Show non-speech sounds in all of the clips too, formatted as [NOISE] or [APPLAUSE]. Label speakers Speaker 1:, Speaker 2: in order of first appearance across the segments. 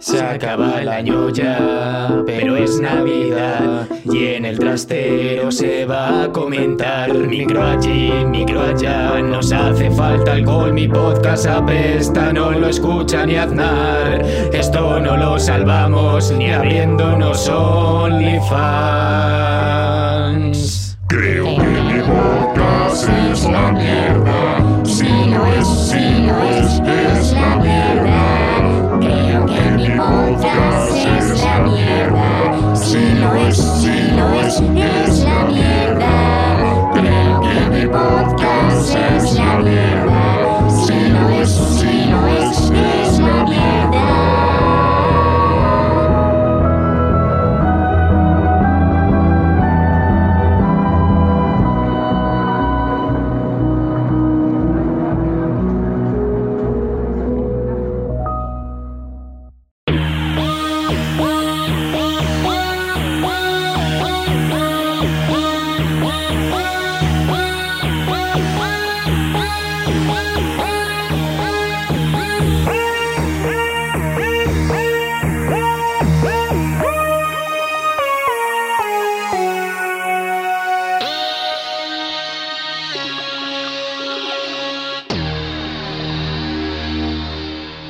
Speaker 1: Se acaba el año ya, pero es Navidad y en el trastero se va a comentar. Micro allí, micro allá, nos hace falta alcohol, mi podcast apesta, no lo escucha ni Aznar. Esto no lo salvamos ni abriéndonos OnlyFans.
Speaker 2: Creo que mi podcast es la mierda. Si lo es, si lo es, es la mierda. Creo que mi podcast es la mierda. Si lo es, si lo es, es la mierda. Creo que mi podcast es la mierda. Si lo es, si lo es, es la mierda.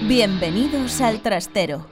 Speaker 3: Bienvenidos al trastero.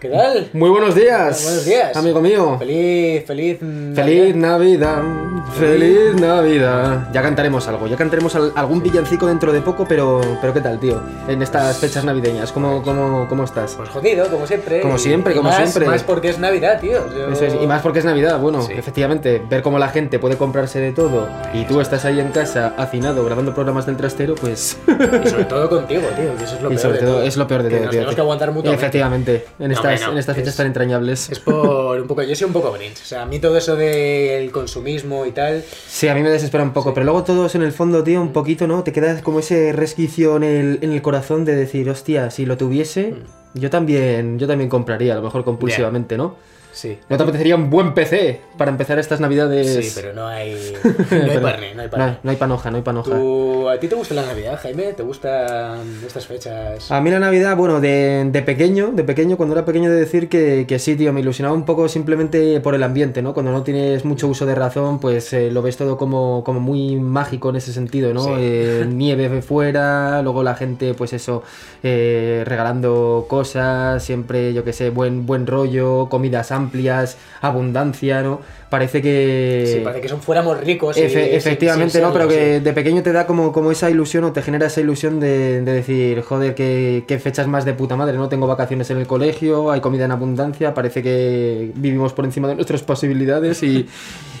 Speaker 4: ¿Qué tal?
Speaker 1: Muy buenos días,
Speaker 4: Buenos días.
Speaker 1: amigo mío.
Speaker 4: Feliz, feliz. mm,
Speaker 1: Feliz
Speaker 4: Navidad. Mm.
Speaker 1: Navidad, feliz Navidad. Ya cantaremos algo, ya cantaremos al- algún villancico dentro de poco, pero, pero ¿qué tal, tío? En estas fechas navideñas, ¿cómo, cómo, cómo estás?
Speaker 4: Pues jodido, como siempre.
Speaker 1: Como
Speaker 4: y-
Speaker 1: siempre,
Speaker 4: y
Speaker 1: como
Speaker 4: más-
Speaker 1: siempre.
Speaker 4: Más porque es Navidad, tío. Yo-
Speaker 1: Eso es, y más porque es Navidad, bueno,
Speaker 4: Sí.
Speaker 1: efectivamente, ver cómo la gente puede comprarse de todo y tú estás ahí en casa, hacinado, grabando programas del trastero, pues...
Speaker 4: y sobre todo contigo, tío. que eso es lo
Speaker 1: y
Speaker 4: peor.
Speaker 1: sobre
Speaker 4: de
Speaker 1: todo, es lo peor de
Speaker 4: Que
Speaker 1: todo,
Speaker 4: Nos
Speaker 1: tío.
Speaker 4: tenemos que aguantar mutuamente.
Speaker 1: [LAUGHS] Efectivamente, en
Speaker 4: No,
Speaker 1: estas,
Speaker 4: hombre, no,
Speaker 1: en estas fechas
Speaker 4: es-
Speaker 1: tan entrañables.
Speaker 4: Es por un poco. Yo soy un poco grinch. O sea, a mí todo eso del consumismo y tal.
Speaker 1: Sí, a mí me desespera un poco, pero luego todos en el fondo, tío,
Speaker 4: Mm.
Speaker 1: un poquito, ¿no? Te quedas como ese resquicio en el, en el corazón de decir, hostia, si lo tuviese,
Speaker 4: Mm.
Speaker 1: yo también, yo también compraría, a lo mejor compulsivamente, ¿no?
Speaker 4: Sí.
Speaker 1: ¿No te apetecería un buen PC para empezar estas navidades?
Speaker 4: Sí, pero no hay. No hay
Speaker 1: [LAUGHS] Pero-
Speaker 4: parne, no hay parne.
Speaker 1: No, no hay panoja, no hay panoja.
Speaker 4: ¿Tú- ¿A ti te gusta la Navidad, Jaime? ¿Te gustan estas fechas?
Speaker 1: A mí la Navidad, bueno, de, de pequeño, de pequeño, cuando era pequeño, de decir que, que sí, tío, me ilusionaba un poco simplemente por el ambiente, ¿no? Cuando no tienes mucho uso de razón, pues eh, lo ves todo como, como muy mágico en ese sentido, ¿no?
Speaker 4: Sí. [LAUGHS]
Speaker 1: Eh, nieve de fuera, luego la gente, pues eso, eh, regalando cosas, siempre, yo qué sé, buen, buen rollo, comidas amplias, abundancia, ¿no? Parece que...
Speaker 4: Sí, parece que son fuéramos ricos. y-
Speaker 1: eh, Efe-
Speaker 4: sin-
Speaker 1: efectivamente,
Speaker 4: sin
Speaker 1: no, pero
Speaker 4: serlo, sí.
Speaker 1: que de pequeño te da como, como esa ilusión o te genera esa ilusión de, de decir, joder, qué, qué fechas más de puta madre, ¿no? Tengo vacaciones en el colegio, hay comida en abundancia, parece que vivimos por encima de nuestras
Speaker 4: [LAUGHS]
Speaker 1: posibilidades y,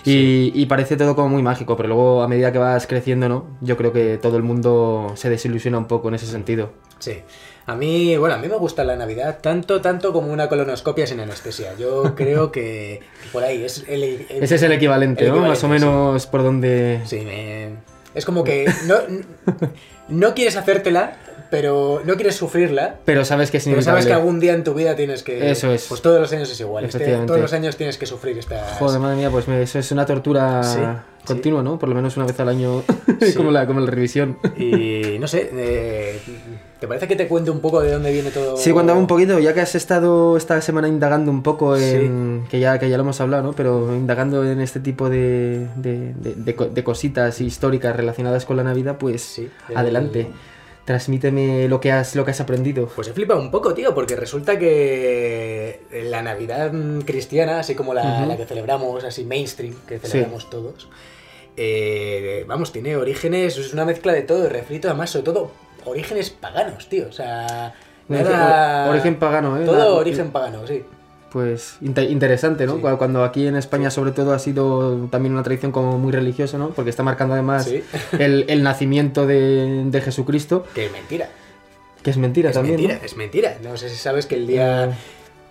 Speaker 1: y, y parece todo como muy mágico, pero luego a medida que vas creciendo, ¿no? Yo creo que todo el mundo se desilusiona un poco en ese sentido.
Speaker 4: Sí. A mí, bueno, a mí me gusta la Navidad tanto, tanto como una colonoscopia sin anestesia. Yo creo que por ahí es el... el-
Speaker 1: Ese es el equivalente,
Speaker 4: el
Speaker 1: ¿no? Más o
Speaker 4: equivalente,
Speaker 1: menos por donde...
Speaker 4: Sí, Sí, me- es como que no, no quieres hacértela, pero no quieres sufrirla.
Speaker 1: Pero sabes que es
Speaker 4: Pero sabes
Speaker 1: inevitable.
Speaker 4: que algún día en tu vida tienes que...
Speaker 1: Eso es.
Speaker 4: Pues todos los años es igual. este-
Speaker 1: Efectivamente.
Speaker 4: todos los años tienes que sufrir esta...
Speaker 1: Joder, madre mía, pues me- eso es una tortura
Speaker 4: Sí,
Speaker 1: continua, ¿no? Por lo menos una vez al año, [LAUGHS]
Speaker 4: Sí.
Speaker 1: como, la, como la revisión.
Speaker 4: Y no sé, eh, ¿te parece que te cuente un poco de dónde viene todo?
Speaker 1: Sí, cuéntame un poquito, ya que has estado esta semana indagando un poco en. Que, ya, que ya lo hemos hablado, ¿no? Pero indagando en este tipo de, de, de- de co- de cositas históricas relacionadas con la Navidad, pues
Speaker 4: Sí, el-
Speaker 1: adelante. Transmíteme lo que has, lo que has aprendido.
Speaker 4: Pues he flipado un poco, tío, porque resulta que la Navidad mm, cristiana, así como la,
Speaker 1: Ujú.
Speaker 4: la que celebramos, así mainstream, que celebramos todos, eh, vamos, tiene orígenes, es una mezcla de todo, refrito, además, sobre todo, orígenes paganos, tío, o sea... nada-
Speaker 1: Origen- origen pagano, ¿eh?
Speaker 4: Todo
Speaker 1: La-
Speaker 4: origen pagano, sí.
Speaker 1: Pues inte- interesante, ¿no?
Speaker 4: Sí.
Speaker 1: Cu- Cuando aquí en España sobre todo ha sido también una tradición como muy religiosa, ¿no? Porque está marcando además
Speaker 4: Sí. [LAUGHS]
Speaker 1: el, el nacimiento de, de Jesucristo,
Speaker 4: Que mentira.
Speaker 1: que es mentira
Speaker 4: Es
Speaker 1: también. ¿no? Eh, Mm.
Speaker 4: mentira, es mentira. No sé si sabes que el día...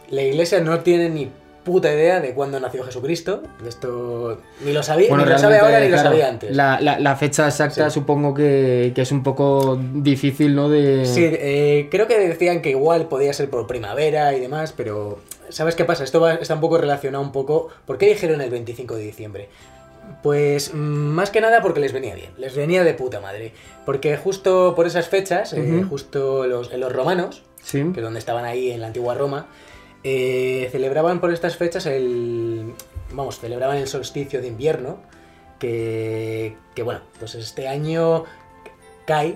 Speaker 4: La iglesia no tiene ni puta idea de cuándo nació Jesucristo. Esto ni lo sabía, eh, ni lo sabe
Speaker 1: realmente,
Speaker 4: ahora ni lo
Speaker 1: claro,
Speaker 4: sabía antes.
Speaker 1: La, la- la fecha exacta
Speaker 4: Sí.
Speaker 1: supongo que, que es un poco difícil, ¿no? De...
Speaker 4: Sí, eh, creo que decían que igual podía ser por primavera y demás, pero ¿sabes qué pasa? Esto va- está un poco relacionado un poco... ¿Por qué dijeron el 25 de diciembre? Pues mm, más que nada porque les venía bien, les venía de puta madre. Porque justo por esas fechas, eh,
Speaker 1: Ujú.
Speaker 4: justo los, los romanos,
Speaker 1: Sí.
Speaker 4: que es donde estaban ahí en la antigua Roma, eh, celebraban por estas fechas el. Vamos, celebraban el solsticio de invierno. Que, que bueno, pues este año cae,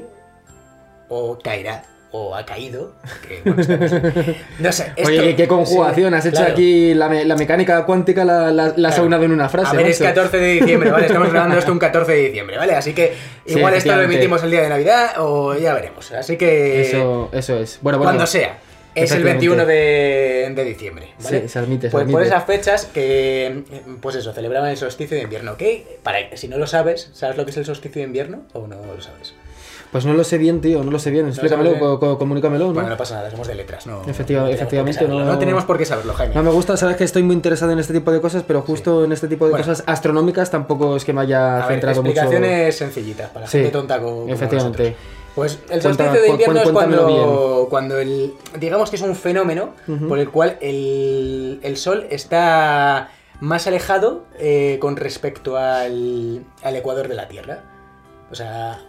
Speaker 4: o caerá, o ha caído. que, bueno, está- no sé.
Speaker 1: [LAUGHS] Oye,
Speaker 4: esto-
Speaker 1: qué, qué conjugación. Has hecho
Speaker 4: Claro.
Speaker 1: aquí la, me- la mecánica cuántica, la, la, la has
Speaker 4: Claro.
Speaker 1: aunado en una frase.
Speaker 4: A ver, es
Speaker 1: macho.
Speaker 4: 14 de diciembre, ¿vale? Estamos grabando esto un 14 de diciembre, ¿vale? Así que
Speaker 1: [LAUGHS] Sí,
Speaker 4: igual esto lo
Speaker 1: efectivamente.
Speaker 4: emitimos el día de Navidad o ya veremos. Así que
Speaker 1: Eso, eso es. Bueno, bueno.
Speaker 4: eh, cuando sea. Es el
Speaker 1: Efectivamente.
Speaker 4: 21 de, de diciembre. ¿vale?
Speaker 1: Sí, se admite, se
Speaker 4: Pues por
Speaker 1: admite.
Speaker 4: esas fechas que, pues eso, celebraban el solsticio de invierno. ¿ok? Para, si no lo sabes, ¿sabes lo que es el solsticio de invierno o no lo sabes?
Speaker 1: Pues no lo sé bien, tío. No lo sé bien. Explícamelo,
Speaker 4: sabes bien.
Speaker 1: co- co- comunícamelo, ¿no?
Speaker 4: Bueno, no pasa nada, somos de letras. No,
Speaker 1: Efectiva-
Speaker 4: no tenemos por qué
Speaker 1: efectivamente,
Speaker 4: saberlo.
Speaker 1: no-
Speaker 4: no tenemos por qué saberlo, Jaime.
Speaker 1: No me gusta, sabes que estoy muy interesado en este tipo de cosas, pero justo en este tipo de
Speaker 4: Bueno.
Speaker 1: cosas astronómicas tampoco es que me haya
Speaker 4: A ver,
Speaker 1: centrado mucho.
Speaker 4: explicaciones sencillitas para
Speaker 1: Sí,
Speaker 4: gente tonta como, como
Speaker 1: efectivamente.
Speaker 4: nosotros. Pues
Speaker 1: Cuenta-
Speaker 4: el solsticio de
Speaker 1: cu-
Speaker 4: invierno es
Speaker 1: cuen- cuéntamelo
Speaker 4: cuando, cuando el, digamos que es un fenómeno
Speaker 1: Ujú.
Speaker 4: por el cual el, el sol está más alejado eh, con respecto al, al ecuador de la Tierra. O sea...
Speaker 1: Ah,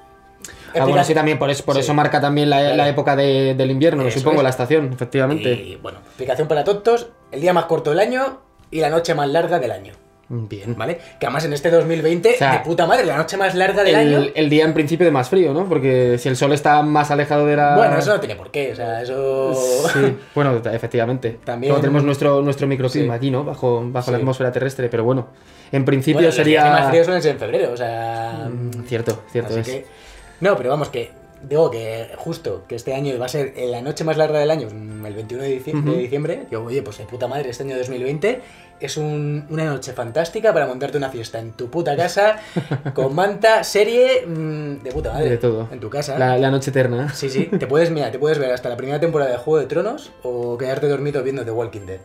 Speaker 1: bueno,
Speaker 4: explica-
Speaker 1: sí, también por eso, por
Speaker 4: Sí.
Speaker 1: eso marca también la, la
Speaker 4: Claro.
Speaker 1: época de- del invierno,
Speaker 4: Eso
Speaker 1: supongo,
Speaker 4: es.
Speaker 1: la estación, efectivamente.
Speaker 4: Y bueno, explicación para tontos, el día más corto del año y la noche más larga del año.
Speaker 1: Bien.
Speaker 4: ¿Vale? Que además en este 2020,
Speaker 1: O sea,
Speaker 4: de puta madre, la noche más larga del año...
Speaker 1: El, el día en principio de más frío, ¿no? Porque si el sol está más alejado de la. Oh.
Speaker 4: Bueno, eso no tiene por qué, o sea, eso... [LAUGHS]
Speaker 1: Sí, bueno, ta- efectivamente.
Speaker 4: También-
Speaker 1: Luego tenemos nuestro, nuestro microclima
Speaker 4: Sí.
Speaker 1: aquí, ¿no? Bajo, bajo la
Speaker 4: Sí.
Speaker 1: atmósfera terrestre, pero bueno. En principio
Speaker 4: Bueno,
Speaker 1: sería.
Speaker 4: Los días más fríos suelen ser en febrero, o sea.
Speaker 1: Mm, Cierto, cierto
Speaker 4: así
Speaker 1: es.
Speaker 4: que- No, pero vamos, que. Digo que justo que este año va a ser en la noche más larga del año, mm, el 21 de dicie- de diciembre.
Speaker 1: Ujú.
Speaker 4: Yo, oye, pues de puta madre, este año 2020 es un- una noche fantástica para montarte una fiesta en tu
Speaker 1: [LAUGHS]
Speaker 4: puta casa, con manta, serie, mm, de puta madre.
Speaker 1: De todo.
Speaker 4: En tu casa.
Speaker 1: La, la noche eterna.
Speaker 4: Sí, sí, te puedes, mira, te puedes ver hasta la primera temporada de Juego de Tronos o quedarte dormido viendo The
Speaker 1: [LAUGHS]
Speaker 4: Walking Dead.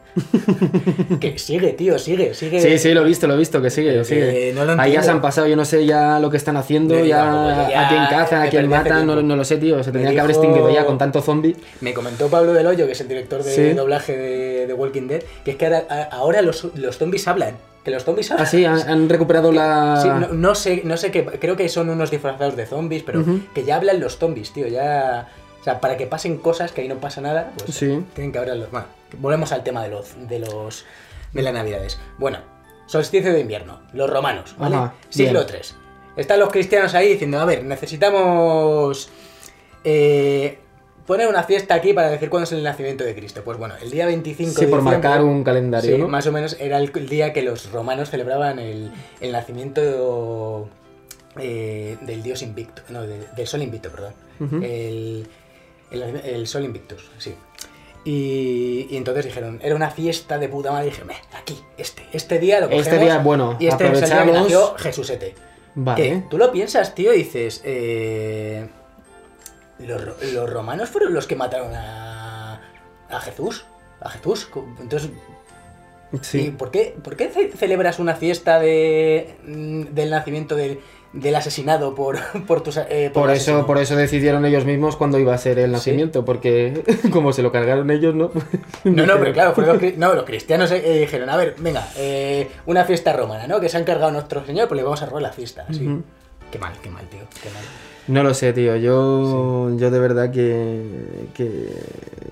Speaker 4: que sigue, tío, sigue, sigue.
Speaker 1: Sí, sí, lo he visto, lo he visto, que sigue,
Speaker 4: Pero
Speaker 1: sigue.
Speaker 4: que no lo
Speaker 1: Ahí ya
Speaker 4: entiendo.
Speaker 1: se han pasado, yo no sé ya lo que están haciendo,
Speaker 4: Yo
Speaker 1: ya,
Speaker 4: tampoco, ya
Speaker 1: a quién cazan, a
Speaker 4: me
Speaker 1: quién
Speaker 4: perdí hace
Speaker 1: matan, no,
Speaker 4: tiempo.
Speaker 1: no lo sé, tío. Se
Speaker 4: Me
Speaker 1: tendrían que haber
Speaker 4: dijo-
Speaker 1: extinguido ya con tanto zombie.
Speaker 4: Me comentó Pablo Del Hoyo, que es el director de
Speaker 1: Sí.
Speaker 4: doblaje de, de Walking Dead, que es que ahora, a- ahora los, los zombies hablan. Que los zombies hablan.
Speaker 1: Ah, sí, han, han recuperado la...
Speaker 4: Sí, no, no sé, no sé qué. Creo que son unos disfrazados de zombies, pero
Speaker 1: Ujú.
Speaker 4: que ya hablan los zombies, tío. Ya. O sea, para que pasen cosas que ahí no pasa nada, pues
Speaker 1: Sí.
Speaker 4: eh, tienen que hablar los. Bueno, volvemos al tema de los. de los. de las navidades. Bueno, solsticio de invierno, los romanos, ¿vale?
Speaker 1: Ajá,
Speaker 4: Siglo
Speaker 1: bien.
Speaker 4: III. Están los cristianos ahí diciendo, a ver, necesitamos. eh, poner una fiesta aquí para decir cuándo es el nacimiento de Cristo. Pues bueno, el día 25
Speaker 1: Sí,
Speaker 4: de
Speaker 1: por
Speaker 4: diciembre-
Speaker 1: marcar un calendario,
Speaker 4: Sí,
Speaker 1: ¿no?
Speaker 4: más o menos era el día que los romanos celebraban el, el nacimiento eh, del dios invicto, no, de- del sol invicto, perdón.
Speaker 1: Ujú.
Speaker 4: el, el- el sol invictus, sí. Y, y entonces dijeron, era una fiesta de puta madre, y dije, "Meh, aquí, este, este día lo cogemos.
Speaker 1: Este día es bueno,
Speaker 4: Y este es el día que
Speaker 1: aprovechamos.
Speaker 4: nació Jesusete. Que
Speaker 1: Vale.
Speaker 4: tú lo piensas, tío, y dices, eh, los, ro- los romanos fueron los que mataron a, a Jesús. A Jesús. Entonces, ¿Y
Speaker 1: Sí.
Speaker 4: por qué, por qué ce- celebras una fiesta de, mm, del nacimiento del, del asesinado por, [LAUGHS] por tus... eh,
Speaker 1: Por
Speaker 4: un
Speaker 1: eso,
Speaker 4: asesino?
Speaker 1: por eso decidieron ellos mismos cuándo iba a ser el nacimiento, porque [LAUGHS] como se lo cargaron ellos, ¿no?
Speaker 4: No, no, pero claro, fueron los, cri- no, los cristianos eh, eh, dijeron, a ver, venga, eh, una fiesta romana, ¿no? Que se ha encargado nuestro señor, pues le vamos a robar la fiesta. Así.
Speaker 1: Ujú.
Speaker 4: Qué mal, qué mal, tío. Qué mal.
Speaker 1: No lo sé, tío. Yo, yo de verdad que, que.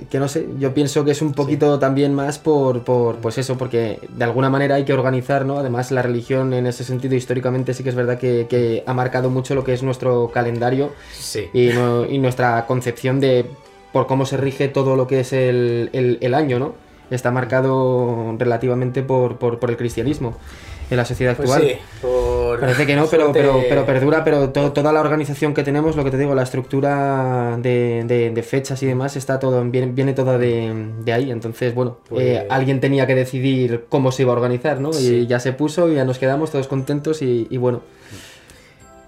Speaker 1: que no sé. Yo pienso que es un poquito también más por, por. Pues eso, porque de alguna manera hay que organizar, ¿no? Además, la religión en ese sentido, históricamente, sí que es verdad que, que ha marcado mucho lo que es nuestro calendario
Speaker 4: Sí.
Speaker 1: y, no- y nuestra concepción de. por cómo se rige todo lo que es el, el- el año, ¿no? Está marcado relativamente por, por, por el cristianismo en la sociedad
Speaker 4: Pues
Speaker 1: actual.
Speaker 4: sí, por...
Speaker 1: Parece que no, pero,
Speaker 4: suerte-
Speaker 1: pero, pero perdura, pero to- toda la organización que tenemos, lo que te digo, la estructura de, de- de fechas y demás, está todo, viene, viene toda de, de ahí. Entonces, bueno,
Speaker 4: Pues-
Speaker 1: eh, alguien tenía que decidir cómo se iba a organizar, ¿no?
Speaker 4: Sí.
Speaker 1: Y ya se puso y ya nos quedamos todos contentos y, y bueno.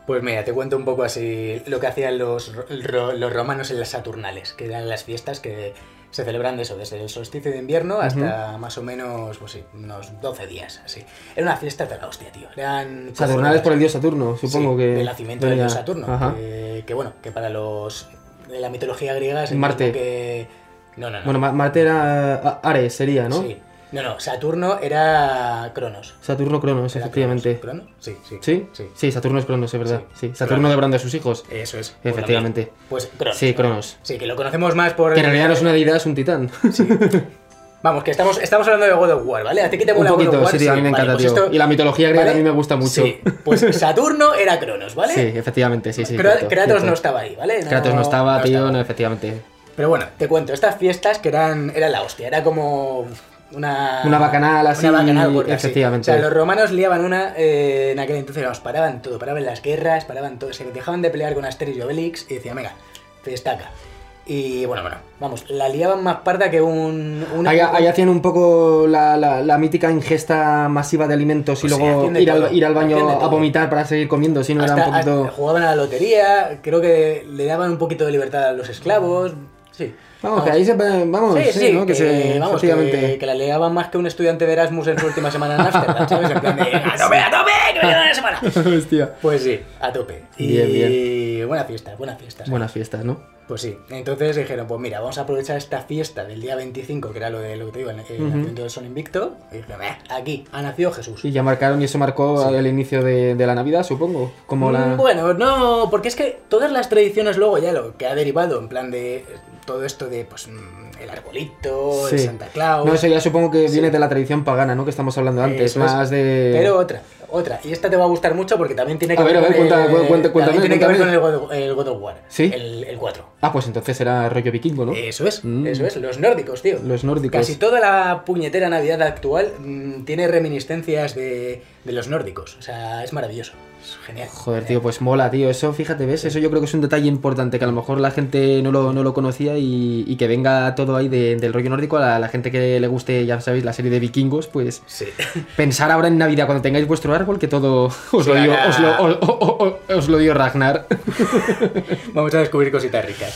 Speaker 4: Pues mira, te cuento un poco así lo que hacían los, ro- ro- los romanos en las Saturnales, que eran las fiestas que se celebran de eso, desde el solsticio de invierno hasta más o menos, pues sí, unos 12 días, así. Era una fiesta de la hostia, tío. Eran...
Speaker 1: Saturnales por el dios Saturno, supongo
Speaker 4: Pues, Sí,
Speaker 1: que.
Speaker 4: El nacimiento del
Speaker 1: Venga,
Speaker 4: dios Saturno.
Speaker 1: ajá.
Speaker 4: Que, que bueno, que para los... de la mitología griega es el
Speaker 1: Marte.
Speaker 4: mismo que... No, no, no.
Speaker 1: Bueno, Ma- Marte era a- Ares, sería, ¿no?
Speaker 4: Sí. No, no, Saturno era Cronos.
Speaker 1: Saturno Cronos,
Speaker 4: Era
Speaker 1: efectivamente.
Speaker 4: Cronos. ¿Cronos? Sí, sí.
Speaker 1: ¿Sí?
Speaker 4: Sí.
Speaker 1: Sí, Saturno es Cronos, es verdad.
Speaker 4: Sí. Pues
Speaker 1: Sí, Saturno
Speaker 4: Cronos.
Speaker 1: devorando a sus hijos.
Speaker 4: Eso es.
Speaker 1: Efectivamente.
Speaker 4: Pues Cronos.
Speaker 1: Sí,
Speaker 4: ¿no?
Speaker 1: Cronos.
Speaker 4: Sí, que lo conocemos más por.
Speaker 1: Que en realidad no es una deidad, es un titán.
Speaker 4: Vamos, que estamos, estamos hablando de God of War, ¿vale? A ti que te
Speaker 1: un
Speaker 4: mola God of
Speaker 1: poquito,
Speaker 4: War.
Speaker 1: sí, tío, a mí me
Speaker 4: vale,
Speaker 1: encanta,
Speaker 4: pues
Speaker 1: tío.
Speaker 4: esto-
Speaker 1: Y la mitología griega
Speaker 4: ¿vale?
Speaker 1: a mí me gusta mucho.
Speaker 4: Sí, pues Saturno era Cronos,
Speaker 1: [LAUGHS]
Speaker 4: ¿vale?
Speaker 1: Sí, efectivamente, sí, sí.
Speaker 4: Cra-
Speaker 1: cierto,
Speaker 4: Kratos
Speaker 1: cierto.
Speaker 4: no estaba ahí, ¿vale?
Speaker 1: Kratos no estaba,
Speaker 4: no
Speaker 1: tío,
Speaker 4: estaba.
Speaker 1: no, efectivamente.
Speaker 4: Pero bueno, te cuento, estas fiestas que eran, eran la hostia, era como una...
Speaker 1: Una bacanal así,
Speaker 4: Una bacanal gorda, sí.
Speaker 1: efectivamente.
Speaker 4: O sea, los romanos liaban una eh, en aquel entonces, vamos, paraban todo, paraban las guerras, paraban todo, se dejaban de pelear con Asterix y Obelix y decían, venga, destaca. Y bueno, bueno, vamos, la liaban más parda que un... un-
Speaker 1: Ahí, ahí hacían un poco la, la- la mítica ingesta masiva de alimentos y
Speaker 4: Pues sí,
Speaker 1: luego
Speaker 4: hacían de
Speaker 1: ir,
Speaker 4: todo,
Speaker 1: al, ir al
Speaker 4: hacían
Speaker 1: baño
Speaker 4: de todo.
Speaker 1: a vomitar para seguir comiendo, si no era
Speaker 4: hasta-
Speaker 1: un poquito...
Speaker 4: hasta jugaban a la lotería, creo que le daban un poquito de libertad a los esclavos, sí.
Speaker 1: Vamos, que ahí se... Vamos,
Speaker 4: Sí, sí,
Speaker 1: ¿no?
Speaker 4: que,
Speaker 1: Que, se...
Speaker 4: vamos,
Speaker 1: efectivamente...
Speaker 4: que, que la leaban más que un estudiante de Erasmus en su última semana en Ámsterdam, ¿sabes? En plan de, ¡a tope, a tope, que me quedo una semana!
Speaker 1: [LAUGHS] Hostia.
Speaker 4: Pues sí, a tope. Y
Speaker 1: Bien,
Speaker 4: buena fiesta, buena fiesta. ¿sabes?
Speaker 1: Buenas fiestas, ¿no?
Speaker 4: Pues sí, entonces dijeron, pues mira, vamos a aprovechar esta fiesta del día 25, que era lo, de, lo que te digo, el, el nacimiento del Sol Invicto, y dijeron, "Eh, aquí, ha nacido Jesús.
Speaker 1: Sí, ya marcaron y eso marcó el inicio de, de la Navidad, supongo. Como la...
Speaker 4: Mm, Bueno, no, porque es que todas las tradiciones luego ya lo que ha derivado, en plan de eh, todo esto de, pues, mm, el arbolito, el
Speaker 1: Sí.
Speaker 4: Santa Claus...
Speaker 1: No, eso ya supongo que viene de la tradición pagana, ¿no? Que estamos hablando antes,
Speaker 4: Eso es.
Speaker 1: más de...
Speaker 4: Pero otra, otra. Y esta te va a gustar mucho porque también tiene que
Speaker 1: A ver, a ver,
Speaker 4: con
Speaker 1: cuenta-
Speaker 4: el-
Speaker 1: cu- cuenta-
Speaker 4: también
Speaker 1: cuéntame,
Speaker 4: tiene que ver con el
Speaker 1: cuéntame.
Speaker 4: God, of- el God of War.
Speaker 1: ¿Sí?
Speaker 4: El, el 4.
Speaker 1: Ah, pues entonces era rollo vikingo, ¿no?
Speaker 4: Eso es,
Speaker 1: Mm.
Speaker 4: eso es. Los nórdicos, tío.
Speaker 1: Los nórdicos.
Speaker 4: Eh, Casi toda la puñetera Navidad actual mm, tiene reminiscencias de, de los nórdicos. O sea, es maravilloso. Es genial.
Speaker 1: Joder, tío, pues mola, tío. Eso, fíjate, ¿ves? Eso yo creo que es un detalle importante, que a lo mejor la gente no lo, no lo conocía y, y que venga todo ahí de- del rollo nórdico a la, la gente que le guste, ya sabéis, la serie de vikingos, pues
Speaker 4: Sí. [LAUGHS]
Speaker 1: pensar ahora en Navidad cuando tengáis vuestro árbol, que todo os, lo,
Speaker 4: Sí, Pues
Speaker 1: dio,
Speaker 4: ahora-
Speaker 1: os, lo, o- o- o- os lo dio Ragnar.
Speaker 4: Vamos a descubrir cositas ricas.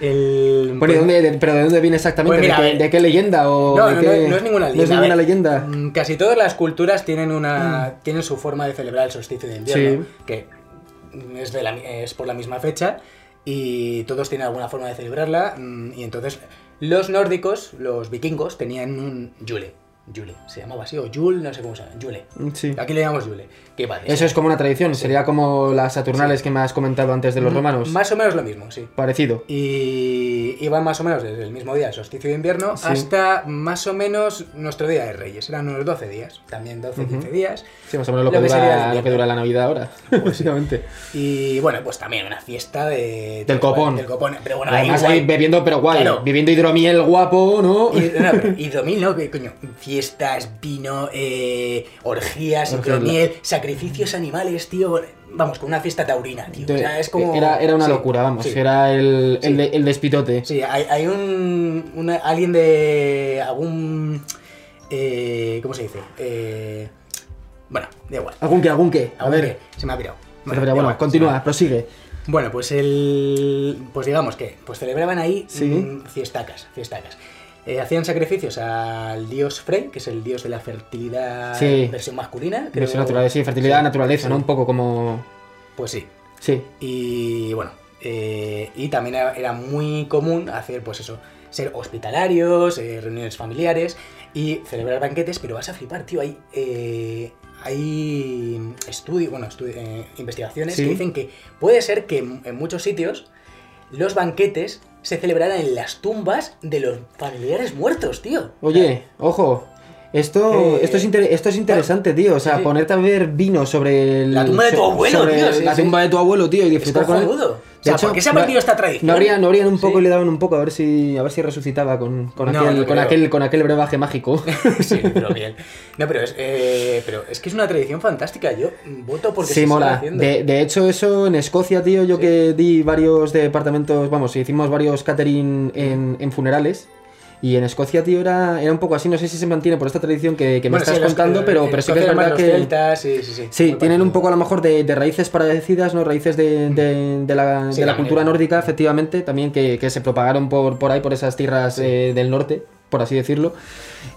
Speaker 4: El...
Speaker 1: Bueno, ¿y dónde- de- ¿pero de dónde viene exactamente?
Speaker 4: Pues
Speaker 1: ¿De,
Speaker 4: mira, a
Speaker 1: qué,
Speaker 4: ver.
Speaker 1: de qué leyenda? O
Speaker 4: No,
Speaker 1: de
Speaker 4: no,
Speaker 1: qué-
Speaker 4: no, no es ninguna leyenda.
Speaker 1: No es
Speaker 4: a
Speaker 1: ninguna
Speaker 4: ver,
Speaker 1: leyenda. Mm.
Speaker 4: mm, Casi todas las culturas tienen una tienen su forma de celebrar el solsticio de invierno,
Speaker 1: Sí.
Speaker 4: que es, de la mi- es por la misma fecha y todos tienen alguna forma de celebrarla. mm, Y entonces los nórdicos, los vikingos, tenían un Yule. Yule, se llamaba así, o Yule, no sé cómo se llama, Yule.
Speaker 1: Sí.
Speaker 4: Aquí le llamamos Yule. Que vale,
Speaker 1: Eso es como una tradición, sería como las Saturnales que me has comentado antes de los
Speaker 4: Mm.
Speaker 1: romanos.
Speaker 4: Más o menos lo mismo, sí.
Speaker 1: Parecido.
Speaker 4: Y iban más o menos desde el mismo día del solsticio de invierno
Speaker 1: Sí.
Speaker 4: hasta más o menos nuestro día de Reyes. Eran unos 12 días, también 12, 15 días.
Speaker 1: Sí, más o menos lo,
Speaker 4: Lo
Speaker 1: que,
Speaker 4: que sería el
Speaker 1: dura,
Speaker 4: invierno.
Speaker 1: lo que dura la Navidad ahora, [LAUGHS] básicamente.
Speaker 4: Y bueno, pues también una fiesta de...
Speaker 1: Del copón.
Speaker 4: Del copón. Pero bueno,
Speaker 1: Además,
Speaker 4: ahí
Speaker 1: ahí
Speaker 4: guay.
Speaker 1: bebiendo, pero guay.
Speaker 4: Claro.
Speaker 1: Bebiendo hidromiel guapo, ¿no?
Speaker 4: Y, no, pero hidromiel, ¿no? ¿Qué coño? Fiestas, vino, eh,
Speaker 1: Orgías,
Speaker 4: orgías, hidromiel, sacrificios animales, tío. Vamos, con una fiesta taurina, tío. O sea, es como...
Speaker 1: era, era una
Speaker 4: Sí,
Speaker 1: locura, vamos.
Speaker 4: sí.
Speaker 1: Era el, el,
Speaker 4: Sí.
Speaker 1: de- el despitote.
Speaker 4: Sí, hay, hay un, una- alguien de algún... eh, ¿Cómo se dice? Eh, bueno, da igual.
Speaker 1: ¿Algún que, algún que? A
Speaker 4: Algún
Speaker 1: ver.
Speaker 4: que se me ha pirado.
Speaker 1: Pero, pero
Speaker 4: da
Speaker 1: bueno,
Speaker 4: igual,
Speaker 1: continúa,
Speaker 4: se me ha-
Speaker 1: prosigue.
Speaker 4: Bueno, pues el... Pues digamos que pues celebraban ahí
Speaker 1: Sí.
Speaker 4: mm, fiestacas, fiestacas. Eh, hacían sacrificios al dios Frey, que es el dios de la fertilidad
Speaker 1: Sí.
Speaker 4: versión masculina. creo.
Speaker 1: Versión naturaleza, sí, fertilidad,
Speaker 4: Sí,
Speaker 1: naturaleza,
Speaker 4: sí.
Speaker 1: ¿no? Un poco como.
Speaker 4: Pues sí,
Speaker 1: Sí.
Speaker 4: y bueno, eh, y también era, era muy común hacer, pues eso, ser hospitalarios, eh, reuniones familiares y celebrar banquetes, pero vas a flipar, tío. Hay, eh, hay estudios, bueno, estu- eh, investigaciones
Speaker 1: Sí.
Speaker 4: que dicen que puede ser que en, en muchos sitios los banquetes se celebraran en las tumbas de los familiares muertos, tío.
Speaker 1: Oye, ojo. Esto,
Speaker 4: Eh,
Speaker 1: esto, es inter- esto es interesante, tío. O sea,
Speaker 4: sí.
Speaker 1: ponerte a ver vino sobre el-
Speaker 4: La tumba de tu
Speaker 1: so-
Speaker 4: abuelo,
Speaker 1: sobre
Speaker 4: tío, sí,
Speaker 1: la
Speaker 4: sí.
Speaker 1: tumba de tu abuelo, tío, y
Speaker 4: Es
Speaker 1: disfrutar con él.
Speaker 4: cojonudo. O sea, ¿por qué se ha
Speaker 1: no-
Speaker 4: perdido esta tradición?
Speaker 1: No habrían, no habrían un poco
Speaker 4: Sí.
Speaker 1: y le daban un poco a ver si, a ver si resucitaba con, con,
Speaker 4: No,
Speaker 1: aquel,
Speaker 4: no
Speaker 1: con,
Speaker 4: creo.
Speaker 1: aquel, con aquel brebaje
Speaker 4: [LAUGHS]
Speaker 1: mágico.
Speaker 4: [LAUGHS] sí, pero bien. No, pero es, eh, pero es que es una tradición fantástica. Yo voto porque se
Speaker 1: Sí,
Speaker 4: siga
Speaker 1: mola.
Speaker 4: haciendo.
Speaker 1: De, de hecho, eso en Escocia, tío, yo que di varios departamentos, vamos, hicimos varios catering en, en funerales. Y en Escocia, tío, era, era un poco así. No sé si se mantiene por esta tradición que, que me
Speaker 4: Bueno, sí,
Speaker 1: estás
Speaker 4: los-
Speaker 1: contando, pero,
Speaker 4: eh,
Speaker 1: pero sí que es
Speaker 4: los
Speaker 1: verdad
Speaker 4: hermanos
Speaker 1: que.
Speaker 4: celtas, sí, sí, sí.
Speaker 1: Sí,
Speaker 4: Muy
Speaker 1: tienen un
Speaker 4: parecido.
Speaker 1: poco a lo mejor de, de raíces parecidas, ¿no? Raíces de, de- de la,
Speaker 4: Sí,
Speaker 1: de la
Speaker 4: también.
Speaker 1: cultura nórdica, efectivamente, también que, que se propagaron por, por ahí, por esas tierras eh, del norte, por así decirlo.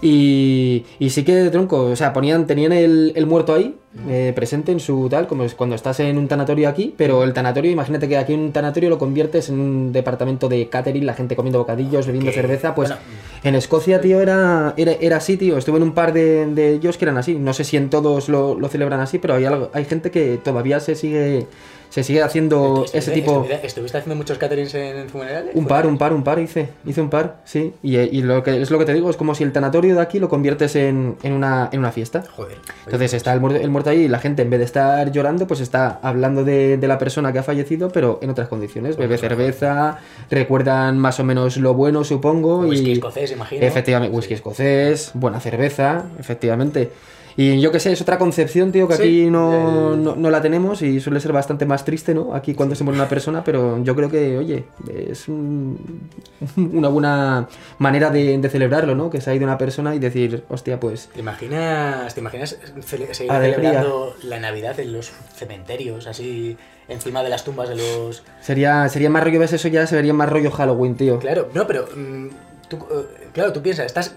Speaker 1: Y, y sí que, tronco, o sea, ponían, tenían el, el muerto ahí, eh, presente en su tal, como es cuando estás en un tanatorio aquí, pero el tanatorio, imagínate que aquí en un tanatorio lo conviertes en un departamento de catering, la gente comiendo bocadillos, bebiendo
Speaker 4: Que-
Speaker 1: cerveza, pues
Speaker 4: bueno,
Speaker 1: En Escocia, tío, era, era, era así, tío. Estuve en un par de, de ellos que eran así. No sé si en todos lo, lo celebran así, pero hay, algo- hay gente que todavía se sigue, se sigue haciendo
Speaker 4: Estuviste-
Speaker 1: ese tipo...
Speaker 4: estuviste- ¿Estuviste haciendo muchos caterings en funerales?
Speaker 1: Un par, un par, un par hice. Hice un par, sí. Y, eh, y lo que es lo que te digo, es como si el tanatorio de aquí lo conviertes en, en una, en una fiesta.
Speaker 4: Joder. Oye,
Speaker 1: Entonces está el, muer- el muerto ahí y la gente en vez de estar llorando, pues está hablando de, de la persona que ha fallecido, pero en otras condiciones. Bebe
Speaker 4: Pues,
Speaker 1: cerveza, recuerdan más o menos lo bueno, supongo.
Speaker 4: Whisky
Speaker 1: y
Speaker 4: escocés, imagino.
Speaker 1: Efectivamente, whisky escocés, buena cerveza, efectivamente. Y yo que sé, es otra concepción, tío, que
Speaker 4: Sí,
Speaker 1: aquí no,
Speaker 4: el-
Speaker 1: no, no la tenemos y suele ser bastante más triste, ¿no? Aquí cuando se muere una persona, pero yo creo que, oye, es un- [LAUGHS] una buena manera de, de celebrarlo, ¿no? Que se ha ido una persona y decir, hostia, pues...
Speaker 4: ¿Te imaginas, te imaginas cele- seguir
Speaker 1: Alegría.
Speaker 4: celebrando la Navidad en los cementerios, así encima de las tumbas de los...
Speaker 1: Sería, sería más rollo, ¿ves? Eso ya se vería más rollo Halloween, tío.
Speaker 4: Claro, no, pero... mm, tú, eh, claro, tú piensas, estás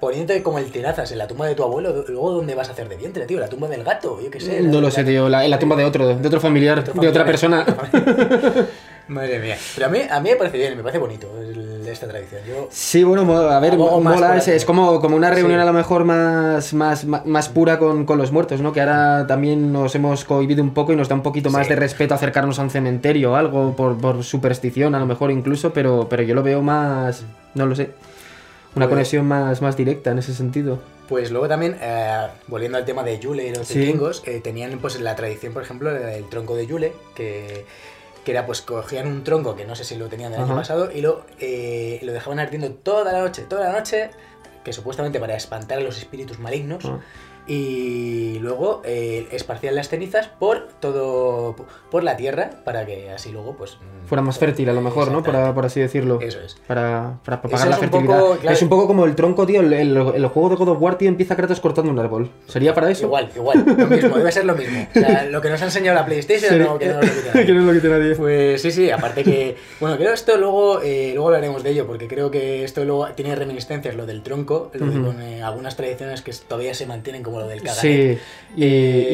Speaker 4: poniéndote como el tirazas en la tumba de tu abuelo, do- luego ¿dónde vas a hacer de vientre, tío? ¿La tumba del gato? Yo qué sé. la-
Speaker 1: No lo
Speaker 4: la-
Speaker 1: sé, tío, la- en la tumba de otro, de otro familiar,
Speaker 4: otro
Speaker 1: de otra
Speaker 4: familiar. [LAUGHS]
Speaker 1: persona.
Speaker 4: Madre mía. Pero a mí, a mí me parece bien, me parece bonito el- esta tradición. Yo,
Speaker 1: Sí, bueno, mo- a ver,
Speaker 4: Algo
Speaker 1: mo-
Speaker 4: más
Speaker 1: mola,
Speaker 4: por
Speaker 1: es,
Speaker 4: aquí.
Speaker 1: es como, como una reunión
Speaker 4: Sí.
Speaker 1: a lo mejor más, más, más, más pura con, con los muertos, ¿no? Que ahora también nos hemos cohibido un poco y nos da un poquito más
Speaker 4: Sí.
Speaker 1: de respeto acercarnos a un cementerio o algo, por, por superstición a lo mejor incluso, pero, pero yo lo veo más, no lo sé, una
Speaker 4: Muy bien.
Speaker 1: conexión más, más directa en ese sentido.
Speaker 4: Pues luego también, eh, volviendo al tema de Yule y los
Speaker 1: Sí.
Speaker 4: vikingos, eh, tenían pues la tradición, por ejemplo, del tronco de Yule, que, que era pues cogían un tronco, que no sé si lo tenían del año
Speaker 1: Ajá.
Speaker 4: pasado, y lo, eh, lo dejaban ardiendo toda la noche, toda la noche, que supuestamente para espantar a los espíritus malignos,
Speaker 1: Ah.
Speaker 4: y luego eh, esparcían las cenizas por todo, por la tierra, para que así luego pues... mm,
Speaker 1: Fuera más fértil a lo mejor, ¿no? Para- por así decirlo.
Speaker 4: Eso es.
Speaker 1: Para, para propagar
Speaker 4: Eso
Speaker 1: la
Speaker 4: es un poco,
Speaker 1: fertilidad.
Speaker 4: claro.
Speaker 1: Es un poco como el tronco, tío. El, el- el juego de God of War, tío, empieza Kratos cortando un árbol. ¿Sería para eso?
Speaker 4: Igual, igual, lo mismo, debe ser lo mismo. O sea, lo que nos ha enseñado la PlayStation,
Speaker 1: Sería-
Speaker 4: no, que no nos lo
Speaker 1: [LAUGHS] [LAUGHS]
Speaker 4: quitan.
Speaker 1: que no lo quite nadie.
Speaker 4: Pues sí, sí, aparte que. Bueno, creo esto luego, eh, luego hablaremos de ello, porque creo que esto luego tiene reminiscencias, lo del tronco, lo de
Speaker 1: Ujú.
Speaker 4: con eh, algunas tradiciones que todavía se mantienen, como lo del caganet.
Speaker 1: Sí, y,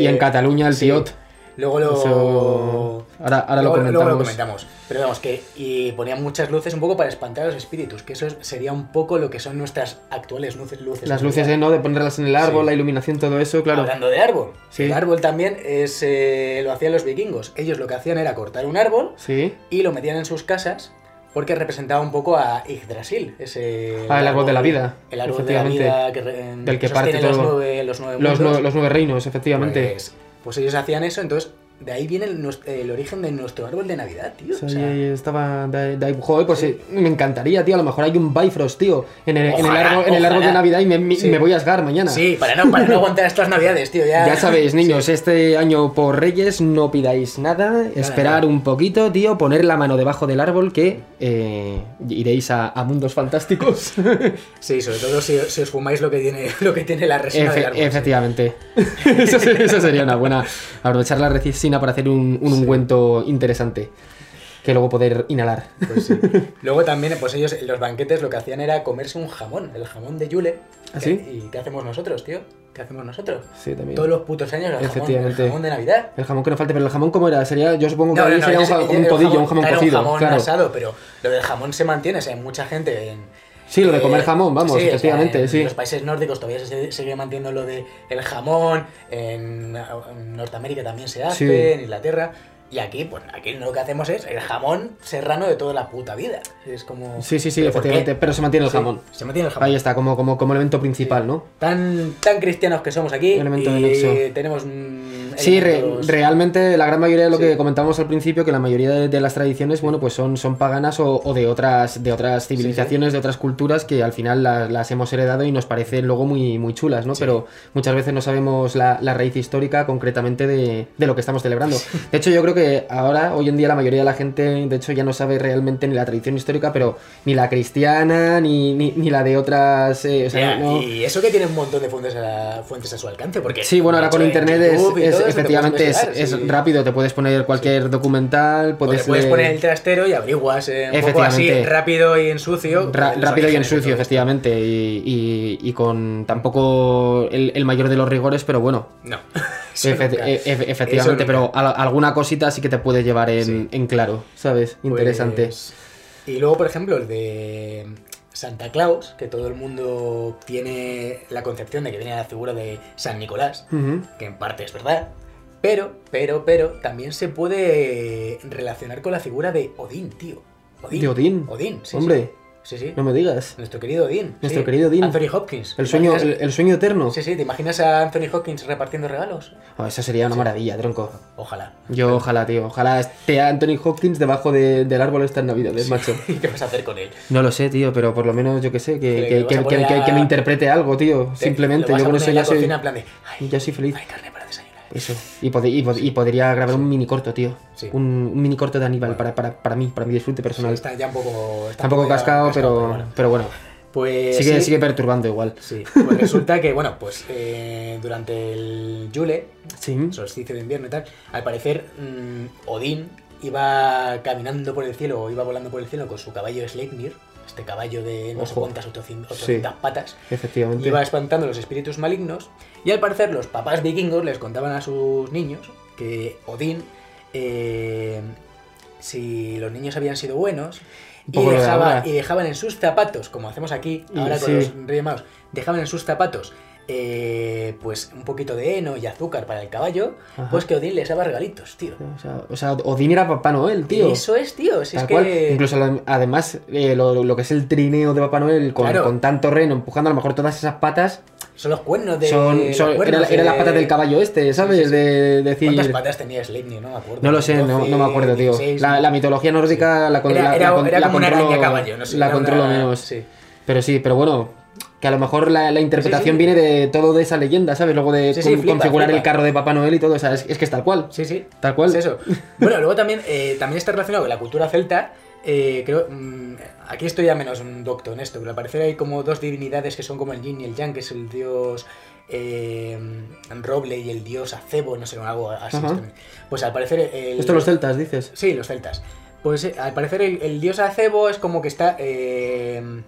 Speaker 1: y en
Speaker 4: Eh,
Speaker 1: Cataluña el
Speaker 4: sí.
Speaker 1: piot.
Speaker 4: Luego lo.
Speaker 1: Eso- Ahora, ahora lo
Speaker 4: luego-
Speaker 1: comentamos.
Speaker 4: luego comentamos. Pero vamos, que y ponían muchas luces un poco para espantar a los espíritus, que eso es- sería un poco lo que son nuestras actuales luces. luces
Speaker 1: Las luces, ¿eh? ¿no? De ponerlas en el árbol,
Speaker 4: Sí.
Speaker 1: la iluminación, todo eso, claro.
Speaker 4: Hablando de árbol.
Speaker 1: Sí.
Speaker 4: El árbol también es, eh, lo hacían los vikingos. Ellos lo que hacían era cortar un árbol
Speaker 1: Sí.
Speaker 4: y lo metían en sus casas porque representaba un poco a Yggdrasil, ese
Speaker 1: Ah, el árbol de la vida,
Speaker 4: el árbol de la
Speaker 1: efectivamente.
Speaker 4: vida que, re-
Speaker 1: Del que
Speaker 4: sostiene
Speaker 1: parte
Speaker 4: los
Speaker 1: todo.
Speaker 4: nueve, los nueve
Speaker 1: Los,
Speaker 4: mundos.
Speaker 1: nue- los nueve reinos, efectivamente.
Speaker 4: Pues, pues ellos hacían eso, entonces de ahí viene el, nues- el origen de nuestro árbol de Navidad, tío.
Speaker 1: Sí,
Speaker 4: pues, O sea,
Speaker 1: ahí estaba de, de ahí. Joder, pues eh, me encantaría, tío. A lo mejor hay un Bifrost, tío, en el, en el
Speaker 4: Ojalá,
Speaker 1: árbol, en el árbol de
Speaker 4: ojalá.
Speaker 1: Navidad y me, me-
Speaker 4: Sí.
Speaker 1: me voy a asgar mañana.
Speaker 4: sí, para no, para no aguantar estas Navidades, tío. Ya,
Speaker 1: [LAUGHS] Ya sabéis, niños, este año por Reyes no pidáis nada, esperar
Speaker 4: nada.
Speaker 1: un poquito, tío, poner la mano debajo del árbol que eh, iréis a, a mundos fantásticos. [LAUGHS]
Speaker 4: Sí, sobre todo si, si os fumáis lo que tiene, [LAUGHS] lo que tiene la resina
Speaker 1: Efe-
Speaker 4: del árbol. sí.
Speaker 1: efectivamente. [LAUGHS] eso, se- eso sería una buena. Aprovechar la resina para hacer un, un ungüento interesante. Que luego poder inhalar.
Speaker 4: Pues sí. [LAUGHS] Luego también, pues ellos en los banquetes lo que hacían era comerse un jamón, el jamón de Yule.
Speaker 1: ¿Ah,
Speaker 4: Que-
Speaker 1: sí?
Speaker 4: ¿Y qué hacemos nosotros, tío? ¿Qué hacemos nosotros?
Speaker 1: Sí, también.
Speaker 4: Todos los putos años el jamón,
Speaker 1: Efectivamente.
Speaker 4: el jamón de Navidad.
Speaker 1: El jamón que no falte, pero el jamón, ¿cómo era? Sería, yo supongo que
Speaker 4: No,
Speaker 1: ahí
Speaker 4: no, no,
Speaker 1: sería un,
Speaker 4: ese-
Speaker 1: ja-
Speaker 4: ese-
Speaker 1: un
Speaker 4: el
Speaker 1: codillo,
Speaker 4: jamón-
Speaker 1: un jamón
Speaker 4: claro,
Speaker 1: cocido.
Speaker 4: jamón
Speaker 1: claro.
Speaker 4: asado, pero lo del jamón se mantiene, o sea, hay mucha gente en...
Speaker 1: Sí, lo de
Speaker 4: eh,
Speaker 1: comer jamón, vamos,
Speaker 4: sí, o sea,
Speaker 1: efectivamente,
Speaker 4: en
Speaker 1: sí.
Speaker 4: los países nórdicos todavía se se sigue manteniendo lo de el jamón, en, en Norteamérica también se hace,
Speaker 1: Sí.
Speaker 4: en Inglaterra... Y aquí, pues aquí lo que hacemos es el jamón serrano de toda la puta vida. Es como...
Speaker 1: Sí, sí, sí,
Speaker 4: ¿pero por qué?
Speaker 1: efectivamente. Pero se mantiene el
Speaker 4: Sí,
Speaker 1: jamón.
Speaker 4: Se mantiene el jamón.
Speaker 1: Ahí está, como, como, como elemento principal, ¿no?
Speaker 4: Tan, tan cristianos que somos aquí.
Speaker 1: Elemento de
Speaker 4: y
Speaker 1: nexo.
Speaker 4: tenemos. mm,
Speaker 1: Sí, re-
Speaker 4: elementos-
Speaker 1: realmente la gran mayoría de lo
Speaker 4: Sí.
Speaker 1: que comentábamos al principio, que la mayoría de, de las tradiciones, bueno, pues son, son paganas o, o de otras de otras civilizaciones, de otras culturas que al final las, las hemos heredado y nos parecen luego muy, muy chulas, ¿no? Pero muchas veces no sabemos la, la raíz histórica concretamente de, de lo que estamos celebrando. De hecho, yo creo que ahora, hoy en día, la mayoría de la gente, de hecho, ya no sabe realmente ni la tradición histórica, pero ni la cristiana, ni, ni, ni la de otras... eh, o sea,
Speaker 4: Ya,
Speaker 1: no-
Speaker 4: Y eso que tiene un montón de fuentes a, fuentes a su alcance. porque
Speaker 1: Sí, bueno, ahora
Speaker 4: macho,
Speaker 1: con
Speaker 4: en
Speaker 1: internet es,
Speaker 4: YouTube y
Speaker 1: es-
Speaker 4: todo eso te
Speaker 1: efectivamente
Speaker 4: puedes
Speaker 1: es,
Speaker 4: investigar,
Speaker 1: es
Speaker 4: sí.
Speaker 1: rápido, te puedes poner cualquier documental,
Speaker 4: O te
Speaker 1: puedes, eh,
Speaker 4: puedes
Speaker 1: leer
Speaker 4: poner el trastero y averiguas eh, un poco así
Speaker 1: Efectivamente.
Speaker 4: rápido y en sucio. pues,
Speaker 1: ra-
Speaker 4: los
Speaker 1: rápido y en
Speaker 4: orígenes de
Speaker 1: sucio,
Speaker 4: todo.
Speaker 1: efectivamente, y, y- y con tampoco el, el mayor de los rigores, pero bueno,
Speaker 4: No. [LAUGHS] eso
Speaker 1: efe-
Speaker 4: nunca.
Speaker 1: e- efe-
Speaker 4: Eso
Speaker 1: efectivamente,
Speaker 4: nunca.
Speaker 1: pero al- alguna cosita sí que te puede llevar en,
Speaker 4: Sí.
Speaker 1: en claro, ¿sabes? Interesante.
Speaker 4: Pues, Y luego, por ejemplo, el de Santa Claus, que todo el mundo tiene la concepción de que viene la figura de San Nicolás,
Speaker 1: Ujú.
Speaker 4: que en parte es verdad, pero, pero, pero, también se puede relacionar con la figura de Odín, tío.
Speaker 1: ¿De Odín?
Speaker 4: Odín, sí.
Speaker 1: Hombre,
Speaker 4: Sí, sí. sí.
Speaker 1: no me digas.
Speaker 4: Nuestro querido Odín.
Speaker 1: Nuestro querido Odín.
Speaker 4: Anthony Hopkins.
Speaker 1: El sueño,
Speaker 4: ¿Te
Speaker 1: el,
Speaker 4: imaginas-
Speaker 1: el sueño eterno.
Speaker 4: Sí, sí, ¿te imaginas a Anthony Hopkins repartiendo regalos?
Speaker 1: Oh, eso sería una maravilla, tronco.
Speaker 4: Ojalá. [LAUGHS]
Speaker 1: Yo ojalá, tío. Ojalá esté Anthony Hopkins debajo de- del árbol esta Navidad, macho.
Speaker 4: ¿Y qué vas a hacer con él? ¿Eh?
Speaker 1: No lo sé, tío, pero por lo menos yo que sé, que,
Speaker 4: Pero
Speaker 1: que-
Speaker 4: lo vas a
Speaker 1: que-
Speaker 4: poner
Speaker 1: que-
Speaker 4: a-
Speaker 1: que me interprete algo, tío. Simplemente,
Speaker 4: Lo vas
Speaker 1: yo
Speaker 4: a
Speaker 1: con
Speaker 4: poner
Speaker 1: eso
Speaker 4: en la
Speaker 1: ya soy,
Speaker 4: cocina en plan de, ay,
Speaker 1: ya soy feliz.
Speaker 4: hay carne para desayunar.
Speaker 1: Eso. Y, pod- y pod- y podría grabar un mini corto, tío.
Speaker 4: Sí.
Speaker 1: Un, un mini corto de Aníbal para, para, para mí, para mi disfrute
Speaker 4: Sí,
Speaker 1: personal.
Speaker 4: está ya un poco... está
Speaker 1: Está un poco
Speaker 4: ya
Speaker 1: cascado, pero,
Speaker 4: bueno.
Speaker 1: pero bueno.
Speaker 4: Pues
Speaker 1: Sigue,
Speaker 4: sí.
Speaker 1: sigue perturbando igual.
Speaker 4: Sí, pues resulta que, bueno, pues eh, durante el Yule,
Speaker 1: Sí.
Speaker 4: solsticio de invierno y tal, al parecer mm, Odín iba caminando por el cielo o iba volando por el cielo con su caballo Sleipnir, este caballo de no sé
Speaker 1: Ojo.
Speaker 4: cuántas, 800,
Speaker 1: Sí.
Speaker 4: 800 patas,
Speaker 1: Efectivamente.
Speaker 4: iba espantando los espíritus malignos y al parecer los papás vikingos les contaban a sus niños que Odín, eh, si los niños habían sido buenos,
Speaker 1: Un
Speaker 4: y,
Speaker 1: poco lo de
Speaker 4: dejaba,
Speaker 1: ahora.
Speaker 4: y dejaban en sus zapatos, como hacemos aquí
Speaker 1: Y
Speaker 4: ahora
Speaker 1: sí.
Speaker 4: con los Reyes Magos, dejaban en sus zapatos eh, pues un poquito de heno y azúcar para el caballo,
Speaker 1: Ajá.
Speaker 4: pues que Odín les daba regalitos, tío.
Speaker 1: O sea, o sea, Odín era Papá Noel, tío.
Speaker 4: Eso es, tío, si
Speaker 1: Tal
Speaker 4: es
Speaker 1: cual.
Speaker 4: que...
Speaker 1: Incluso la- además eh, lo, lo que es el trineo de Papá Noel con,
Speaker 4: Claro.
Speaker 1: con tanto reno empujando a lo mejor todas esas patas
Speaker 4: Son los cuernos de...
Speaker 1: son,
Speaker 4: los
Speaker 1: son- era,
Speaker 4: cuernos
Speaker 1: era
Speaker 4: de-
Speaker 1: las patas del caballo este, ¿sabes?
Speaker 4: Sí, sí, sí.
Speaker 1: De decir...
Speaker 4: ¿Cuántas patas tenía Sleipnir? No me acuerdo.
Speaker 1: No lo sé, no,
Speaker 4: 12,
Speaker 1: no me acuerdo, tío.
Speaker 4: 16,
Speaker 1: La, la mitología nórdica la, con-
Speaker 4: Era-
Speaker 1: la-
Speaker 4: era-
Speaker 1: la con-
Speaker 4: era
Speaker 1: la
Speaker 4: como una
Speaker 1: controlo-
Speaker 4: araña caballo, no sé,
Speaker 1: La
Speaker 4: era
Speaker 1: controlo
Speaker 4: una-
Speaker 1: menos.
Speaker 4: sí.
Speaker 1: Pero sí, pero bueno, que a lo mejor la, la interpretación
Speaker 4: Sí, sí.
Speaker 1: viene de todo de esa leyenda, ¿sabes? Luego de
Speaker 4: Sí, sí,
Speaker 1: con-
Speaker 4: flipa,
Speaker 1: configurar
Speaker 4: flipa.
Speaker 1: el carro de Papá Noel y todo, o sea, es, es que es tal cual.
Speaker 4: Sí, sí.
Speaker 1: Tal cual.
Speaker 4: Es eso. Bueno, luego también, eh, también está relacionado con la cultura celta. eh, creo, mm, aquí estoy ya menos un docto en esto, pero al parecer hay como dos divinidades que son como el yin y el yang, que es el dios eh, roble y el dios acebo, no sé, algo así.
Speaker 1: Ajá.
Speaker 4: es también. Pues al parecer... el-
Speaker 1: Esto los celtas, dices.
Speaker 4: Sí, los celtas. Pues eh, al parecer el, el dios acebo es como que está. eh,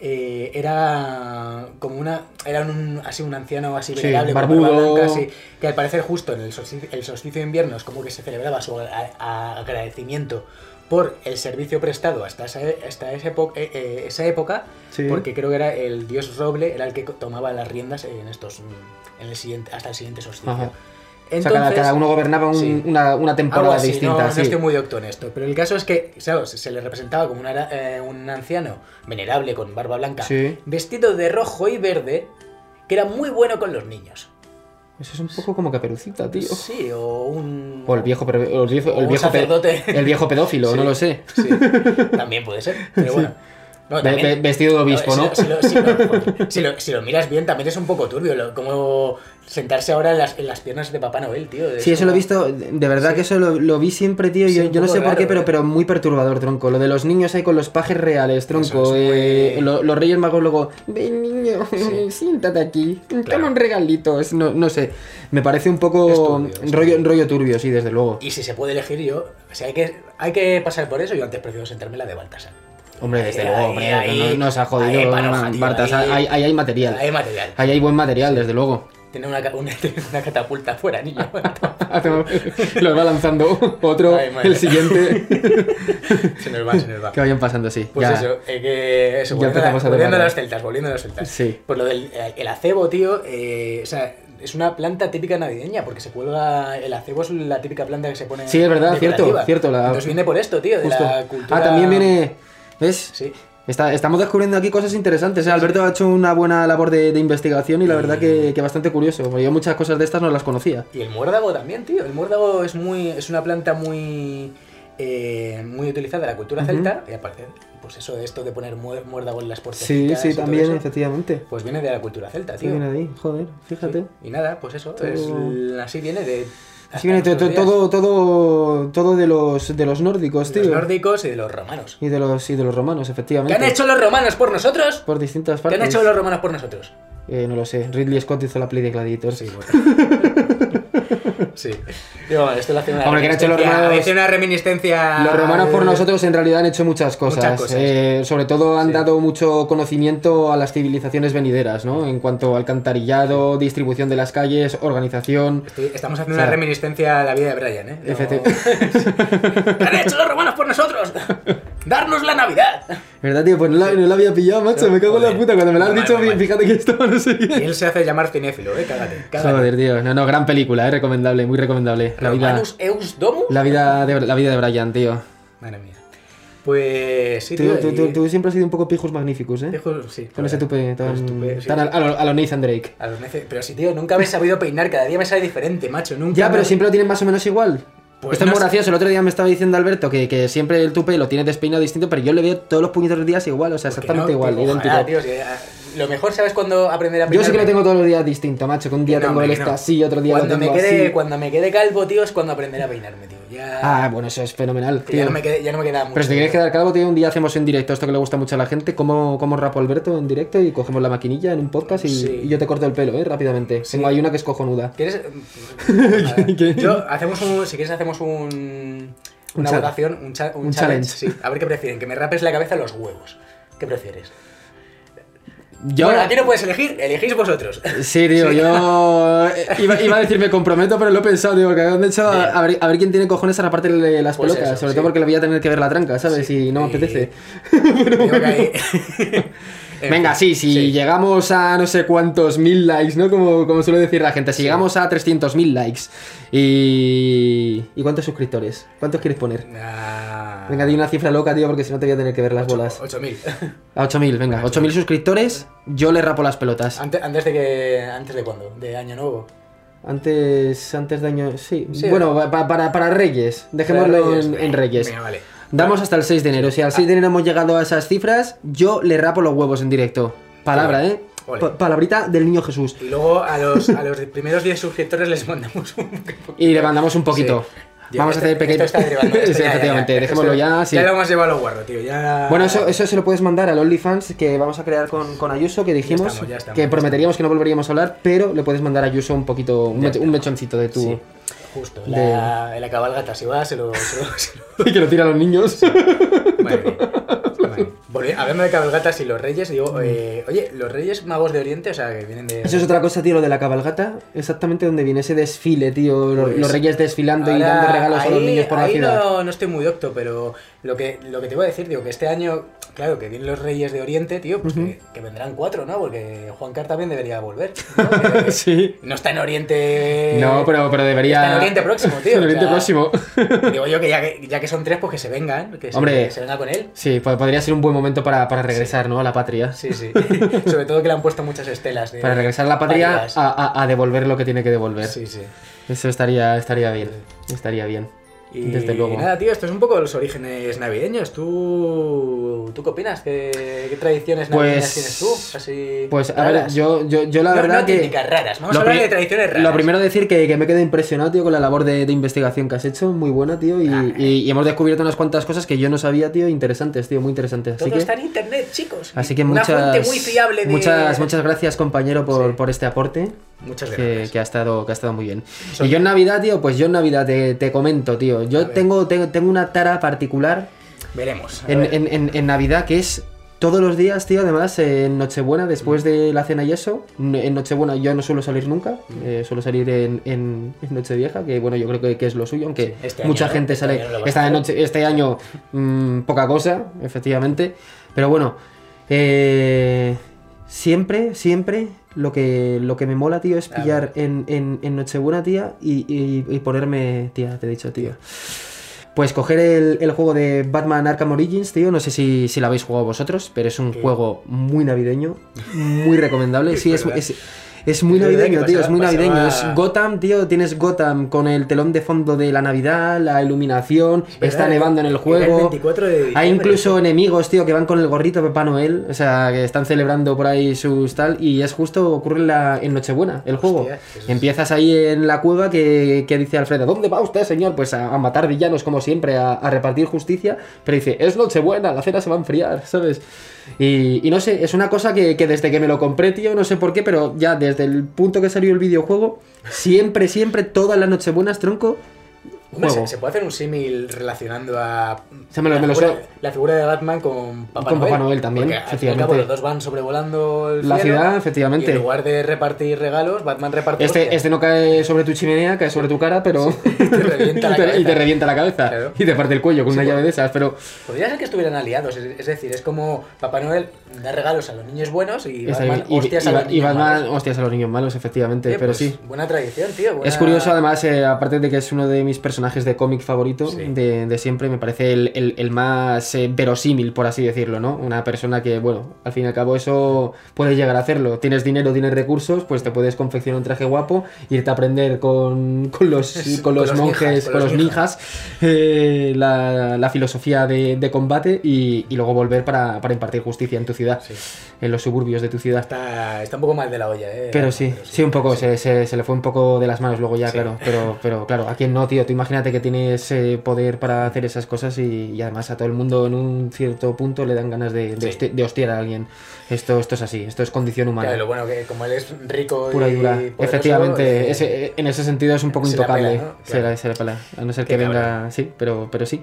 Speaker 4: eh, era como una. Era un, así un anciano así
Speaker 1: Sí,
Speaker 4: venerable, con
Speaker 1: barbudo.
Speaker 4: barba blanca, así, que al parecer justo en el solsticio, el solsticio de invierno es como que se celebraba su a- a- agradecimiento por el servicio prestado hasta esa, hasta esa, epo- eh, eh, esa época,
Speaker 1: Sí.
Speaker 4: porque creo que era el dios roble era el que co- tomaba las riendas en estos mm, en el siguiente, hasta el siguiente solsticio.
Speaker 1: Ajá. O sea, cada,
Speaker 4: Entonces-
Speaker 1: cada uno gobernaba un-
Speaker 4: sí.
Speaker 1: una, una temporada
Speaker 4: algo así,
Speaker 1: distinta.
Speaker 4: No, no
Speaker 1: sí.
Speaker 4: estoy muy docto en esto, pero el caso es que claro, se se le representaba como una era- eh, un anciano venerable con barba blanca,
Speaker 1: Sí.
Speaker 4: vestido de rojo y verde, que era muy bueno con los niños.
Speaker 1: Eso es un poco como caperucita, tío.
Speaker 4: Sí, o un...
Speaker 1: O el viejo, pero- o el viejo,
Speaker 4: O
Speaker 1: el
Speaker 4: un
Speaker 1: viejo pe-
Speaker 4: sacerdote.
Speaker 1: el viejo pedófilo,
Speaker 4: [LAUGHS] Sí.
Speaker 1: no lo sé.
Speaker 4: Sí, también puede ser, pero bueno. No,
Speaker 1: Ve-
Speaker 4: también-
Speaker 1: ve- vestido de obispo, ¿no?
Speaker 4: Si lo, si lo- si lo- si lo- si lo miras bien, también es un poco turbio, lo- como sentarse ahora en las, en las piernas de Papá Noel, tío. es
Speaker 1: Sí, eso lo he
Speaker 4: como-
Speaker 1: visto, de verdad que eso lo, lo vi siempre, tío.
Speaker 4: Sí,
Speaker 1: yo
Speaker 4: un
Speaker 1: yo no
Speaker 4: poco
Speaker 1: sé por
Speaker 4: raro,
Speaker 1: qué,
Speaker 4: ¿eh?
Speaker 1: pero, pero muy perturbador, tronco. Lo de los niños ahí con los pajes reales, tronco.
Speaker 4: Eso es
Speaker 1: eh,
Speaker 4: muy-
Speaker 1: lo- los reyes magos luego, ven niño, [LAUGHS]
Speaker 4: Sí.
Speaker 1: siéntate aquí,
Speaker 4: Claro.
Speaker 1: toma un regalito. es- no, no sé, me parece un poco
Speaker 4: Es turbio, es
Speaker 1: rollo,
Speaker 4: turbio.
Speaker 1: rollo turbio, sí, desde luego.
Speaker 4: Y si se puede elegir yo, o sea, hay que, hay que pasar por eso, yo antes prefiero sentarme en la de Baltasar.
Speaker 1: Hombre, desde
Speaker 4: Ahí,
Speaker 1: luego,
Speaker 4: ahí,
Speaker 1: hombre,
Speaker 4: ahí.
Speaker 1: no- no, nos ha jodido.
Speaker 4: Ahí, panoja, tío,
Speaker 1: Bartas,
Speaker 4: ahí.
Speaker 1: ahí- ahí hay material.
Speaker 4: Hay material.
Speaker 1: Ahí hay buen material, desde
Speaker 4: [LAUGHS]
Speaker 1: luego. [LAUGHS]
Speaker 4: Tiene una, ca- una, tiene una catapulta afuera, niño.
Speaker 1: Los va lanzando otro,
Speaker 4: Ay, madre.
Speaker 1: el siguiente.
Speaker 4: [LAUGHS] se nos va, se nos va.
Speaker 1: Que vayan pasando, sí.
Speaker 4: Pues
Speaker 1: ya.
Speaker 4: eso, eh, que eso,
Speaker 1: Ya
Speaker 4: volviendo, a,
Speaker 1: empezamos a
Speaker 4: volviendo a
Speaker 1: devanar.
Speaker 4: los celtas, volviendo a los celtas.
Speaker 1: Sí.
Speaker 4: Pues lo del eh, el acebo, tío, eh, o sea, es una planta típica navideña, porque se cuelga, el acebo es la típica planta que se pone
Speaker 1: Sí, es verdad, cierto,
Speaker 4: decorativa.
Speaker 1: cierto, la-
Speaker 4: Entonces viene por esto, tío, de
Speaker 1: Justo.
Speaker 4: la cultura...
Speaker 1: Ah, también viene. ¿Ves?
Speaker 4: Sí.
Speaker 1: Está- estamos descubriendo aquí cosas interesantes. ¿eh? Alberto ha hecho una buena labor de, de investigación y la verdad que, que bastante curioso. porque Yo muchas cosas de estas no las conocía.
Speaker 4: Y el muérdago también, tío. El muérdago es muy es una planta muy eh, muy utilizada en la cultura celta. Y aparte, pues eso de esto de poner muer- muérdago en las
Speaker 1: Sí,
Speaker 4: puertecitas y
Speaker 1: sí,
Speaker 4: todo
Speaker 1: también,
Speaker 4: eso,
Speaker 1: efectivamente.
Speaker 4: Pues viene de la cultura celta,
Speaker 1: Sí,
Speaker 4: tío.
Speaker 1: viene ahí, joder, fíjate.
Speaker 4: Sí. Y nada, pues eso.
Speaker 1: Todo-
Speaker 4: es l- así viene de.
Speaker 1: Así viene to-
Speaker 4: hasta
Speaker 1: to-
Speaker 4: nuestros
Speaker 1: todo, todo, todo de los de los nórdicos,
Speaker 4: días.
Speaker 1: tío.
Speaker 4: De Los nórdicos y de los romanos.
Speaker 1: Y de los y de los romanos,
Speaker 4: ¿Qué
Speaker 1: efectivamente.
Speaker 4: han hecho los romanos por nosotros?
Speaker 1: Por distintas
Speaker 4: ¿Qué
Speaker 1: partes.
Speaker 4: han hecho los romanos por nosotros? [LAUGHS]
Speaker 1: Eh, no lo sé. Ridley Scott hizo la play de Gladiator.
Speaker 4: Sí, bueno. Sí. Digo, esto lo hace una
Speaker 1: Hombre, que han hecho los
Speaker 4: reminiscencia-
Speaker 1: romanos-
Speaker 4: hace una reminiscencia.
Speaker 1: Los romanos por
Speaker 4: al-
Speaker 1: nosotros en realidad han hecho muchas cosas.
Speaker 4: Ah, eh, Muchas cosas.
Speaker 1: Eh, sobre todo han
Speaker 4: Sí.
Speaker 1: dado mucho conocimiento a las civilizaciones venideras, ¿no? En cuanto a alcantarillado, distribución de las calles, organización.
Speaker 4: Estoy- estamos haciendo
Speaker 1: O sea,
Speaker 4: una reminiscencia a la vida de Brian, ¿eh? No- ¿Qué han hecho los romanos por nosotros? ¡Darnos la Navidad!
Speaker 1: ¿Verdad, tío? Pues no la, no la había pillado, macho. Me cago en la
Speaker 4: Joder.
Speaker 1: puta. Cuando me la has
Speaker 4: Mal,
Speaker 1: dicho,
Speaker 4: mal, mal.
Speaker 1: fíjate que estaba, [LAUGHS] no sé
Speaker 4: Y
Speaker 1: qué.
Speaker 4: él se hace llamar cinéfilo, ¿eh? Cágate, cágate.
Speaker 1: Joder, tío. No, no, gran película, eh. Recomendable, muy recomendable. La vida,
Speaker 4: ¿Romanus eus domus?
Speaker 1: la vida, de, la vida de Brian, tío.
Speaker 4: Madre mía. Pues sí,
Speaker 1: Tú,
Speaker 4: tío.
Speaker 1: tú-
Speaker 4: y-
Speaker 1: tú- tú siempre has sido un poco pijos magníficos, eh.
Speaker 4: Dijo- sí,
Speaker 1: Con ese tupe
Speaker 4: Con ese
Speaker 1: tan.
Speaker 4: tupe, sí.
Speaker 1: tan a, a lo, a lo Nathan Drake.
Speaker 4: A los neces- Pero sí, tío, nunca me he sabido peinar, cada día me sale diferente, macho. Nunca
Speaker 1: Ya, pero
Speaker 4: me-
Speaker 1: siempre lo tienen más o menos igual.
Speaker 4: Pues
Speaker 1: Esto
Speaker 4: no
Speaker 1: es muy
Speaker 4: sé.
Speaker 1: gracioso. El otro día me estaba diciendo Alberto que, que siempre el tupe lo tiene despeinado distinto, pero yo le veo todos los puñeteros días igual, o sea,
Speaker 4: Que
Speaker 1: exactamente
Speaker 4: no,
Speaker 1: igual,
Speaker 4: tío,
Speaker 1: idéntico.
Speaker 4: ojalá, tío, si- a- lo mejor, ¿sabes cuando aprender a peinar?
Speaker 1: yo sí que lo tengo todos los días distinto, macho. Que un día
Speaker 4: No,
Speaker 1: tengo
Speaker 4: hombre,
Speaker 1: el
Speaker 4: que
Speaker 1: este
Speaker 4: no.
Speaker 1: así, otro día
Speaker 4: cuando
Speaker 1: lo tengo
Speaker 4: me quede,
Speaker 1: así.
Speaker 4: Cuando me quede calvo, tío, es cuando aprenderé a peinarme, tío. Ya,
Speaker 1: Ah, bueno, eso es fenomenal,
Speaker 4: que ya,
Speaker 1: tío.
Speaker 4: no me quede, ya no me queda mucho.
Speaker 1: Pero si te quieres quedar calvo, tío, un día hacemos en directo esto que le gusta mucho a la gente, como, como rapo Alberto en directo y cogemos la maquinilla en un podcast y,
Speaker 4: Sí.
Speaker 1: y yo te corto el pelo, eh, rápidamente.
Speaker 4: Sí.
Speaker 1: Tengo ahí una que es cojonuda.
Speaker 4: ¿Quieres? Nada.
Speaker 1: [LAUGHS] ¿Qué?
Speaker 4: Yo, hacemos un, si quieres, hacemos un. Una
Speaker 1: challenge.
Speaker 4: votación, un, cha- un
Speaker 1: Un
Speaker 4: challenge.
Speaker 1: challenge.
Speaker 4: Sí, a ver qué prefieren, que me rapes la cabeza o los huevos. ¿Qué prefieres?
Speaker 1: Yo...
Speaker 4: Bueno, aquí no puedes elegir,
Speaker 1: [LAUGHS]
Speaker 4: elegís vosotros.
Speaker 1: Sí, tío, yo eh, iba, iba a decir me comprometo, pero lo he pensado, digo, que de hecho a,
Speaker 4: Bien.
Speaker 1: a ver, a ver quién tiene cojones a la parte de las
Speaker 4: Pues
Speaker 1: pelotas,
Speaker 4: eso,
Speaker 1: sobre
Speaker 4: sí.
Speaker 1: todo porque le voy a tener que ver la tranca, ¿sabes?
Speaker 4: Sí.
Speaker 1: Y no me
Speaker 4: Y-
Speaker 1: apetece.
Speaker 4: Digo que ahí-
Speaker 1: [LAUGHS]
Speaker 4: En
Speaker 1: Venga, sí,
Speaker 4: fin,
Speaker 1: si llegamos a no sé cuántos mil likes, ¿no? Como, como suele decir la gente, si llegamos a 300.000 likes y... ¿Y cuántos suscriptores? ¿Cuántos quieres poner?
Speaker 4: Ah,
Speaker 1: Venga, di una cifra loca, tío, porque si no te voy a tener que ver las
Speaker 4: ocho-
Speaker 1: bolas.
Speaker 4: [LAUGHS] 8000.
Speaker 1: A 8.000, venga, 8.000 suscriptores, yo le rapo las pelotas.
Speaker 4: Antes, antes de que. ¿Antes de cuándo? ¿De Año Nuevo?
Speaker 1: Antes, antes de año... Sí,
Speaker 4: Sí.
Speaker 1: bueno, pa- pa- para, para Reyes,
Speaker 4: ¿De
Speaker 1: dejémoslo en- en
Speaker 4: Venga,
Speaker 1: Reyes.
Speaker 4: venga, vale.
Speaker 1: Damos hasta el 6 de enero. Si al 6 de enero hemos llegado a esas cifras, yo le rapo los huevos en directo. Palabra, ¿eh?
Speaker 4: Ole.
Speaker 1: Pa- palabrita del niño Jesús.
Speaker 4: Y luego a los, a los primeros 10 suscriptores les mandamos un.
Speaker 1: Y le mandamos un poquito.
Speaker 4: Ya,
Speaker 1: Vamos
Speaker 4: esto-
Speaker 1: a hacer
Speaker 4: esto
Speaker 1: pequeño. [LAUGHS]
Speaker 4: está derivando, esto
Speaker 1: sí,
Speaker 4: ya, ya,
Speaker 1: efectivamente.
Speaker 4: ya.
Speaker 1: Dejémoslo
Speaker 4: Esto-
Speaker 1: ya, sí.
Speaker 4: Ya lo hemos llevado a los guarros, tío. Ya...
Speaker 1: Bueno, eso, eso se lo puedes mandar al OnlyFans que vamos a crear con, con Ayuso, que dijimos
Speaker 4: estamos, ya estamos,
Speaker 1: que
Speaker 4: ya
Speaker 1: prometeríamos que no volveríamos a hablar, pero le puedes mandar a Ayuso un poquito, un,
Speaker 4: Ya
Speaker 1: mech- un mechoncito de tu.
Speaker 4: Sí, justo. La, la cabalgata, si va, se lo. Se lo, se
Speaker 1: [LAUGHS]
Speaker 4: lo-
Speaker 1: Y que lo tira a los niños.
Speaker 4: Madre mía. Madre mía. Volvi- hablando de cabalgatas y los reyes, digo, eh, oye, los reyes magos de Oriente, o sea, que vienen de.
Speaker 1: Eso es otra cosa, tío, lo de la cabalgata. Exactamente donde viene ese desfile, tío. Los,
Speaker 4: Pues,
Speaker 1: los reyes desfilando y
Speaker 4: Ahora,
Speaker 1: dando regalos a los
Speaker 4: ahí-
Speaker 1: niños por la
Speaker 4: ahí
Speaker 1: ciudad.
Speaker 4: No, no estoy muy docto, pero lo que, lo que te iba a decir, digo, que este año, claro, que vienen los Reyes de Oriente, tío, pues que, que vendrán cuatro, ¿no? Porque Juan Carr también debería volver.
Speaker 1: [LAUGHS]
Speaker 4: ¿no?
Speaker 1: [LAUGHS]
Speaker 4: Que-
Speaker 1: Sí.
Speaker 4: No está en Oriente.
Speaker 1: No, pero, pero debería.
Speaker 4: Eh, Está en Oriente Próximo, tío.
Speaker 1: En
Speaker 4: o
Speaker 1: Oriente
Speaker 4: sea,
Speaker 1: Próximo.
Speaker 4: Digo yo que ya, que ya que son tres, pues que se vengan. Que se-
Speaker 1: Hombre.
Speaker 4: que se venga
Speaker 1: [LAUGHS]
Speaker 4: con él.
Speaker 1: Sí, po- podría ser un buen momento para, para regresar, ¿no? A la patria.
Speaker 4: Sí, sí. [LAUGHS] Sobre todo que le han puesto muchas estelas. de-
Speaker 1: Para regresar a la patria
Speaker 4: varias.
Speaker 1: a, a- a devolver lo que tiene que devolver.
Speaker 4: Eh, Sí, sí.
Speaker 1: Eso estaría, estaría bien. Estaría bien.
Speaker 4: Y
Speaker 1: Desde luego.
Speaker 4: nada, tío, esto es un poco los orígenes navideños. ¿Tú, ¿tú qué opinas? ¿Qué, qué tradiciones
Speaker 1: Pues-
Speaker 4: navideñas tienes tú? Así
Speaker 1: Pues a ver,
Speaker 4: raras.
Speaker 1: yo, yo, yo la
Speaker 4: No-
Speaker 1: verdad
Speaker 4: no
Speaker 1: que.
Speaker 4: técnicas raras, vamos a
Speaker 1: lo
Speaker 4: hablar
Speaker 1: pri-
Speaker 4: de tradiciones raras.
Speaker 1: Lo primero decir que, que me quedé impresionado, tío, con la labor de, de investigación que has hecho, muy buena, tío, y, y- y hemos descubierto unas cuantas cosas que yo no sabía, tío, interesantes, tío, muy interesantes. Así
Speaker 4: Todo
Speaker 1: que,
Speaker 4: está en internet, chicos.
Speaker 1: así que
Speaker 4: Una
Speaker 1: muchas,
Speaker 4: fuente muy fiable de...
Speaker 1: muchas, muchas gracias, compañero, por,
Speaker 4: Sí.
Speaker 1: por este aporte.
Speaker 4: Muchas
Speaker 1: que,
Speaker 4: gracias.
Speaker 1: que ha estado que ha estado muy bien. Y yo en Navidad, tío, pues yo en Navidad te, te comento, tío. Yo tengo, tengo, tengo una tara particular
Speaker 4: Veremos. Pues, a
Speaker 1: en,
Speaker 4: ver.
Speaker 1: en- en- en Navidad que es todos los días, tío, además, eh, en Nochebuena, después de la cena y eso. n- En Nochebuena yo no suelo salir nunca,
Speaker 4: Mm.
Speaker 1: eh, suelo salir en, en- en Nochevieja, que bueno, yo creo que, que es lo suyo, aunque
Speaker 4: Sí, este año
Speaker 1: mucha
Speaker 4: no,
Speaker 1: gente
Speaker 4: este
Speaker 1: sale.
Speaker 4: año no lo vas a
Speaker 1: esta
Speaker 4: hacer.
Speaker 1: noche, este año mm, poca cosa, efectivamente. Pero bueno, eh, siempre, siempre lo que, lo que me mola, tío, es
Speaker 4: Ah,
Speaker 1: pillar en, en- en Nochebuena, tía, y, y- y ponerme, tía, te he dicho, tío. Pues coger el, el juego de Batman Arkham Origins, tío, no sé si, si lo habéis jugado vosotros, pero es un
Speaker 4: Sí.
Speaker 1: juego muy navideño, muy recomendable.
Speaker 4: [LAUGHS] Es
Speaker 1: Sí, es,
Speaker 4: verdad.
Speaker 1: es, es muy
Speaker 4: Es verdad
Speaker 1: navideño,
Speaker 4: que
Speaker 1: tío,
Speaker 4: pasaba-
Speaker 1: es muy navideño.
Speaker 4: pasaba-
Speaker 1: Es Gotham, tío, tienes Gotham con el telón de fondo de la Navidad, la iluminación, está
Speaker 4: ¿Verdad?
Speaker 1: nevando en el
Speaker 4: Era
Speaker 1: juego.
Speaker 4: 24 de
Speaker 1: Hay
Speaker 4: diciembre.
Speaker 1: incluso enemigos, tío, que van con el gorrito de Papá Noel, o sea, que están celebrando por ahí sus tal, y es justo, ocurre en, la, en Nochebuena, el juego.
Speaker 4: Hostia, es-
Speaker 1: Empiezas ahí en la cueva que, que dice Alfredo, ¿dónde va usted, señor? Pues a, a matar villanos, como siempre, a, a repartir justicia, pero dice, es Nochebuena, la cena se va a enfriar, ¿sabes? Y, y no sé, es una cosa que, que desde que me lo compré, tío, no sé por qué, pero ya desde el punto que salió el videojuego, siempre, siempre, todas las nochebuenas, tronco,
Speaker 4: Hombre, se-
Speaker 1: juego.
Speaker 4: se puede hacer un símil relacionando a
Speaker 1: Se me lo-
Speaker 4: la,
Speaker 1: me lo
Speaker 4: figura,
Speaker 1: sé.
Speaker 4: la figura de Batman con Papá
Speaker 1: Con
Speaker 4: Noel.
Speaker 1: Papá Noel también,
Speaker 4: Porque al fin y al
Speaker 1: efectivamente.
Speaker 4: cabo, los dos van sobrevolando el
Speaker 1: La
Speaker 4: cielo,
Speaker 1: ciudad, efectivamente.
Speaker 4: Y en lugar de repartir regalos, Batman reparte
Speaker 1: Este,
Speaker 4: hostias.
Speaker 1: este no cae sobre tu chimenea, cae sobre tu cara, pero. [LAUGHS]
Speaker 4: te revienta
Speaker 1: y,
Speaker 4: la
Speaker 1: te, y te
Speaker 4: cabeza.
Speaker 1: revienta la cabeza.
Speaker 4: Claro.
Speaker 1: Y te parte el cuello con
Speaker 4: Sí, pues.
Speaker 1: una
Speaker 4: bueno.
Speaker 1: llave de esas, pero.
Speaker 4: Podría ser que estuvieran aliados, es, es decir, es como Papá Noel da regalos a los niños buenos y
Speaker 1: Está
Speaker 4: Batman
Speaker 1: bien. Este, Y-
Speaker 4: hostias
Speaker 1: y-
Speaker 4: a los
Speaker 1: y
Speaker 4: niños
Speaker 1: Batman,
Speaker 4: malos.
Speaker 1: hostias a los niños malos, efectivamente,
Speaker 4: Oye,
Speaker 1: pero
Speaker 4: pues,
Speaker 1: sí.
Speaker 4: Buena tradición, tío. buena-
Speaker 1: Es curioso, además, eh, aparte de que es uno de mis personajes de cómic favorito
Speaker 4: Sí.
Speaker 1: de, de siempre, me parece el, el- el más eh, verosímil, por así decirlo, ¿no? Una persona que, bueno, al fin y al cabo eso puedes llegar a hacerlo. Tienes dinero, tienes recursos, pues te puedes confeccionar un traje guapo, irte a aprender con, con
Speaker 4: [LAUGHS]
Speaker 1: los, con
Speaker 4: Con
Speaker 1: los
Speaker 4: los
Speaker 1: monjes,
Speaker 4: ninjas,
Speaker 1: con los ninjas, eh, la, la filosofía de, de combate y, y luego volver para, para impartir justicia en tu ciudad,
Speaker 4: Sí.
Speaker 1: en los suburbios de tu ciudad.
Speaker 4: Está, está un poco mal de la olla, eh.
Speaker 1: Pero sí, sí, un poco,
Speaker 4: sí.
Speaker 1: se, se- se le fue un poco de las manos luego ya,
Speaker 4: Sí.
Speaker 1: claro. Pero, pero claro, a quien no, tío, tú imagínate que tienes eh, poder para hacer esas cosas y, y además a todo el mundo en un cierto punto le dan ganas de, de,
Speaker 4: Sí.
Speaker 1: hosti- de hostiar a alguien. Esto, esto es así, esto es condición humana.
Speaker 4: Claro, lo bueno que como él es rico
Speaker 1: Pura y dura.
Speaker 4: poderoso,
Speaker 1: Efectivamente,
Speaker 4: eh,
Speaker 1: ese- en ese sentido es un poco
Speaker 4: se la
Speaker 1: intocable.
Speaker 4: pela, ¿no?
Speaker 1: Se, la,
Speaker 4: Claro.
Speaker 1: se la pela. A no ser
Speaker 4: Qué
Speaker 1: que venga.
Speaker 4: cabrón.
Speaker 1: Sí, pero, pero sí.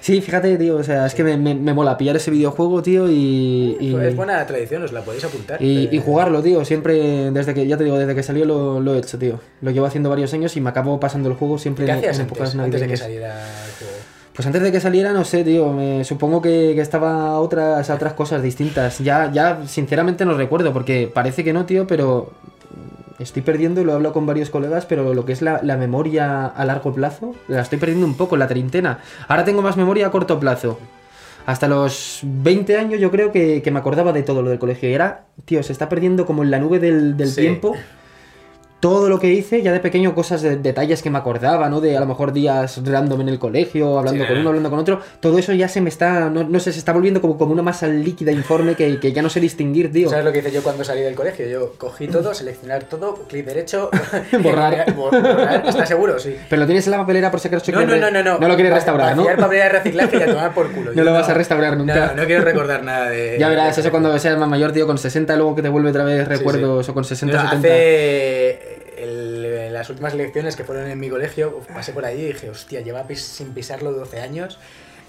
Speaker 1: Sí, fíjate, tío, o sea, es que me, me, me mola pillar ese videojuego, tío, y. y-
Speaker 4: Es buena tradición, os la podéis apuntar.
Speaker 1: y,
Speaker 4: eh.
Speaker 1: y jugarlo, tío. Siempre, desde que, ya te digo, desde que salió lo, lo he hecho, tío. Lo llevo haciendo varios años y me acabo pasando el juego siempre
Speaker 4: ¿Qué
Speaker 1: en,
Speaker 4: hacías
Speaker 1: en
Speaker 4: antes,
Speaker 1: épocas
Speaker 4: antes de que
Speaker 1: navideñas.
Speaker 4: saliera el juego?
Speaker 1: Pues antes de que saliera, no sé, tío. me- supongo que, que estaba a otras, a otras cosas distintas. Ya, ya, sinceramente no recuerdo, porque parece que no, tío, pero estoy perdiendo, y lo he hablado con varios colegas, pero lo que es la, la memoria a largo plazo, la estoy perdiendo un poco, la treintena. Ahora tengo más memoria a corto plazo. Hasta los 20 años yo creo que, que me acordaba de todo lo del colegio. Y era, tío, se está perdiendo como en la nube del, del
Speaker 4: Sí.
Speaker 1: tiempo todo lo que hice, ya de pequeño cosas, de, detalles que me acordaba, ¿no? De a lo mejor días random en el colegio, hablando
Speaker 4: Sí.
Speaker 1: con uno, hablando con otro. Todo eso ya se me está, no, no sé, se está volviendo como, como una masa líquida informe que, que ya no sé distinguir, tío.
Speaker 4: ¿Sabes lo que hice yo cuando salí del colegio? Yo cogí todo, seleccionar todo,
Speaker 1: [LAUGHS]
Speaker 4: clic derecho,
Speaker 1: Borrar.
Speaker 4: bo- borrar. ¿Estás seguro? Sí.
Speaker 1: Pero lo tienes en la papelera por si acaso
Speaker 4: No, no,
Speaker 1: quieres-
Speaker 4: no, no, no.
Speaker 1: No lo quieres
Speaker 4: Va-
Speaker 1: restaurar, ¿no?
Speaker 4: vaciar papel de reciclaje y a tomar por
Speaker 1: [LAUGHS]
Speaker 4: culo.
Speaker 1: No
Speaker 4: Yo
Speaker 1: lo vas a restaurar
Speaker 4: No,
Speaker 1: nunca.
Speaker 4: No, no quiero recordar nada
Speaker 1: [LAUGHS]
Speaker 4: de.
Speaker 1: Ya verás,
Speaker 4: de-
Speaker 1: eso cuando seas más mayor, tío, con 60, luego que te vuelve otra vez
Speaker 4: sí.
Speaker 1: recuerdos o con 60,
Speaker 4: No,
Speaker 1: 70.
Speaker 4: Hace eh, el- en las últimas elecciones que fueron en mi colegio, uf, pasé por allí y dije, hostia, lleva pis- sin pisarlo 12 años.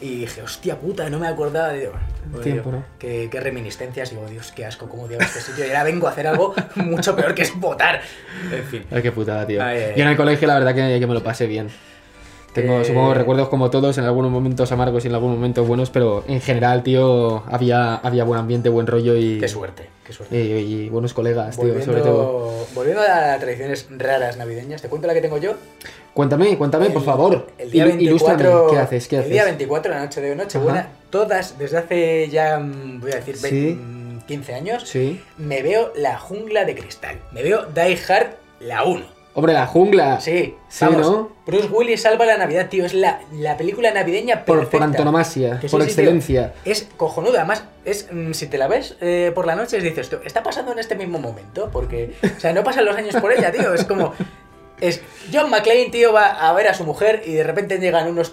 Speaker 4: Y dije, hostia puta, no me acordaba de. Joder,
Speaker 1: Tiempo,
Speaker 4: digo,
Speaker 1: ¿no?
Speaker 4: qué, qué reminiscencias. Digo, Dios, qué asco, cómo odiaba este sitio. Y ahora vengo a hacer algo [LAUGHS] mucho peor que es votar. En fin.
Speaker 1: Ay, qué putada, tío.
Speaker 4: Ay, ay, ay.
Speaker 1: Yo en el colegio, la verdad, que, que me lo pasé bien. Tengo,
Speaker 4: Eh,
Speaker 1: supongo, recuerdos como todos, en algunos momentos amargos y en algunos momentos buenos, pero en general, tío, había, había buen ambiente, buen rollo y.
Speaker 4: Qué suerte, qué suerte.
Speaker 1: Y, y buenos colegas, Eh, tío, sobre todo.
Speaker 4: Volviendo, volviendo a tradiciones raras navideñas, te cuento la que tengo yo.
Speaker 1: Cuéntame, cuéntame, por
Speaker 4: El-
Speaker 1: favor.
Speaker 4: El día
Speaker 1: Ilu-
Speaker 4: 24,
Speaker 1: ilústrame, ¿Qué haces? ¿Qué
Speaker 4: El día
Speaker 1: haces?
Speaker 4: 24, la noche de Nochebuena,
Speaker 1: Ajá.
Speaker 4: todas, desde hace ya, mm, voy a decir, ve-
Speaker 1: Sí.
Speaker 4: mm, 15 años,
Speaker 1: Sí.
Speaker 4: me veo la jungla de cristal. Me veo Die Hard la 1.
Speaker 1: Hombre, la jungla.
Speaker 4: Sí,
Speaker 1: Ah, Sí,
Speaker 4: vamos,
Speaker 1: ¿no?
Speaker 4: Bruce Willis salva la Navidad, tío. Es la, la película
Speaker 1: Por,
Speaker 4: navideña
Speaker 1: por
Speaker 4: perfecta.
Speaker 1: antonomasia,
Speaker 4: Que sí,
Speaker 1: por
Speaker 4: sí, tío.
Speaker 1: excelencia.
Speaker 4: Es cojonuda, además, es, mm, si te la ves eh, por la noche, dices, "Tío, está pasando en este mismo momento, porque, o sea, no pasan los años por ella, tío, es como... Es, John McClane, tío, va a ver a su mujer y de repente llegan unos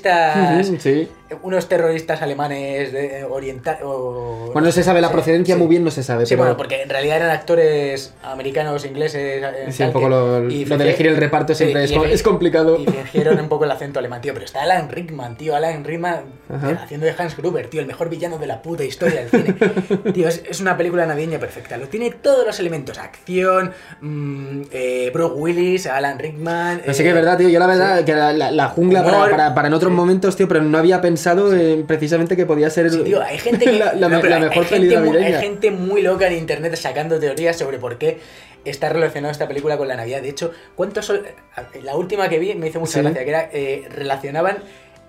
Speaker 4: terroristas,
Speaker 1: Ujú, sí.
Speaker 4: unos terroristas alemanes de, eh, oriental... o-
Speaker 1: Bueno, no se sabe la
Speaker 4: sí,
Speaker 1: procedencia,
Speaker 4: sí.
Speaker 1: muy bien no se sabe.
Speaker 4: Sí,
Speaker 1: pero
Speaker 4: bueno, porque en realidad eran actores americanos, ingleses... eh,
Speaker 1: sí,
Speaker 4: tal,
Speaker 1: un poco
Speaker 4: que-
Speaker 1: lo,
Speaker 4: y
Speaker 1: lo de
Speaker 4: fingi-
Speaker 1: elegir el reparto siempre
Speaker 4: sí,
Speaker 1: es,
Speaker 4: y
Speaker 1: co-
Speaker 4: efe-
Speaker 1: es complicado.
Speaker 4: y fingieron un poco el acento alemán, tío. Pero está Alan Rickman, tío. Alan Rickman
Speaker 1: Ajá.
Speaker 4: eh, haciendo de Hans Gruber, tío. El mejor villano de la puta historia del cine.
Speaker 1: [LAUGHS]
Speaker 4: tío, es, es una película navideña perfecta. Lo tiene todos los elementos. Acción, mm, eh, Brooke Willis, Alan Rickman...
Speaker 1: Pero
Speaker 4: eh,
Speaker 1: sí que es verdad, tío. Yo la verdad que la, la- la jungla para,
Speaker 4: Humor.
Speaker 1: para- para en otros
Speaker 4: Sí.
Speaker 1: momentos, tío, pero no había pensado en precisamente que podía ser
Speaker 4: Sí, tío, hay gente
Speaker 1: [LAUGHS]
Speaker 4: que-
Speaker 1: la, la
Speaker 4: no,
Speaker 1: me-
Speaker 4: pero
Speaker 1: la
Speaker 4: hay-
Speaker 1: mejor
Speaker 4: hay
Speaker 1: peli
Speaker 4: gente muy-
Speaker 1: navideña.
Speaker 4: Hay gente muy loca en internet sacando teorías sobre por qué está relacionada esta película con la Navidad. De hecho, ¿cuántos son- La última que vi me hizo mucha
Speaker 1: Sí.
Speaker 4: gracia, que era eh, relacionaban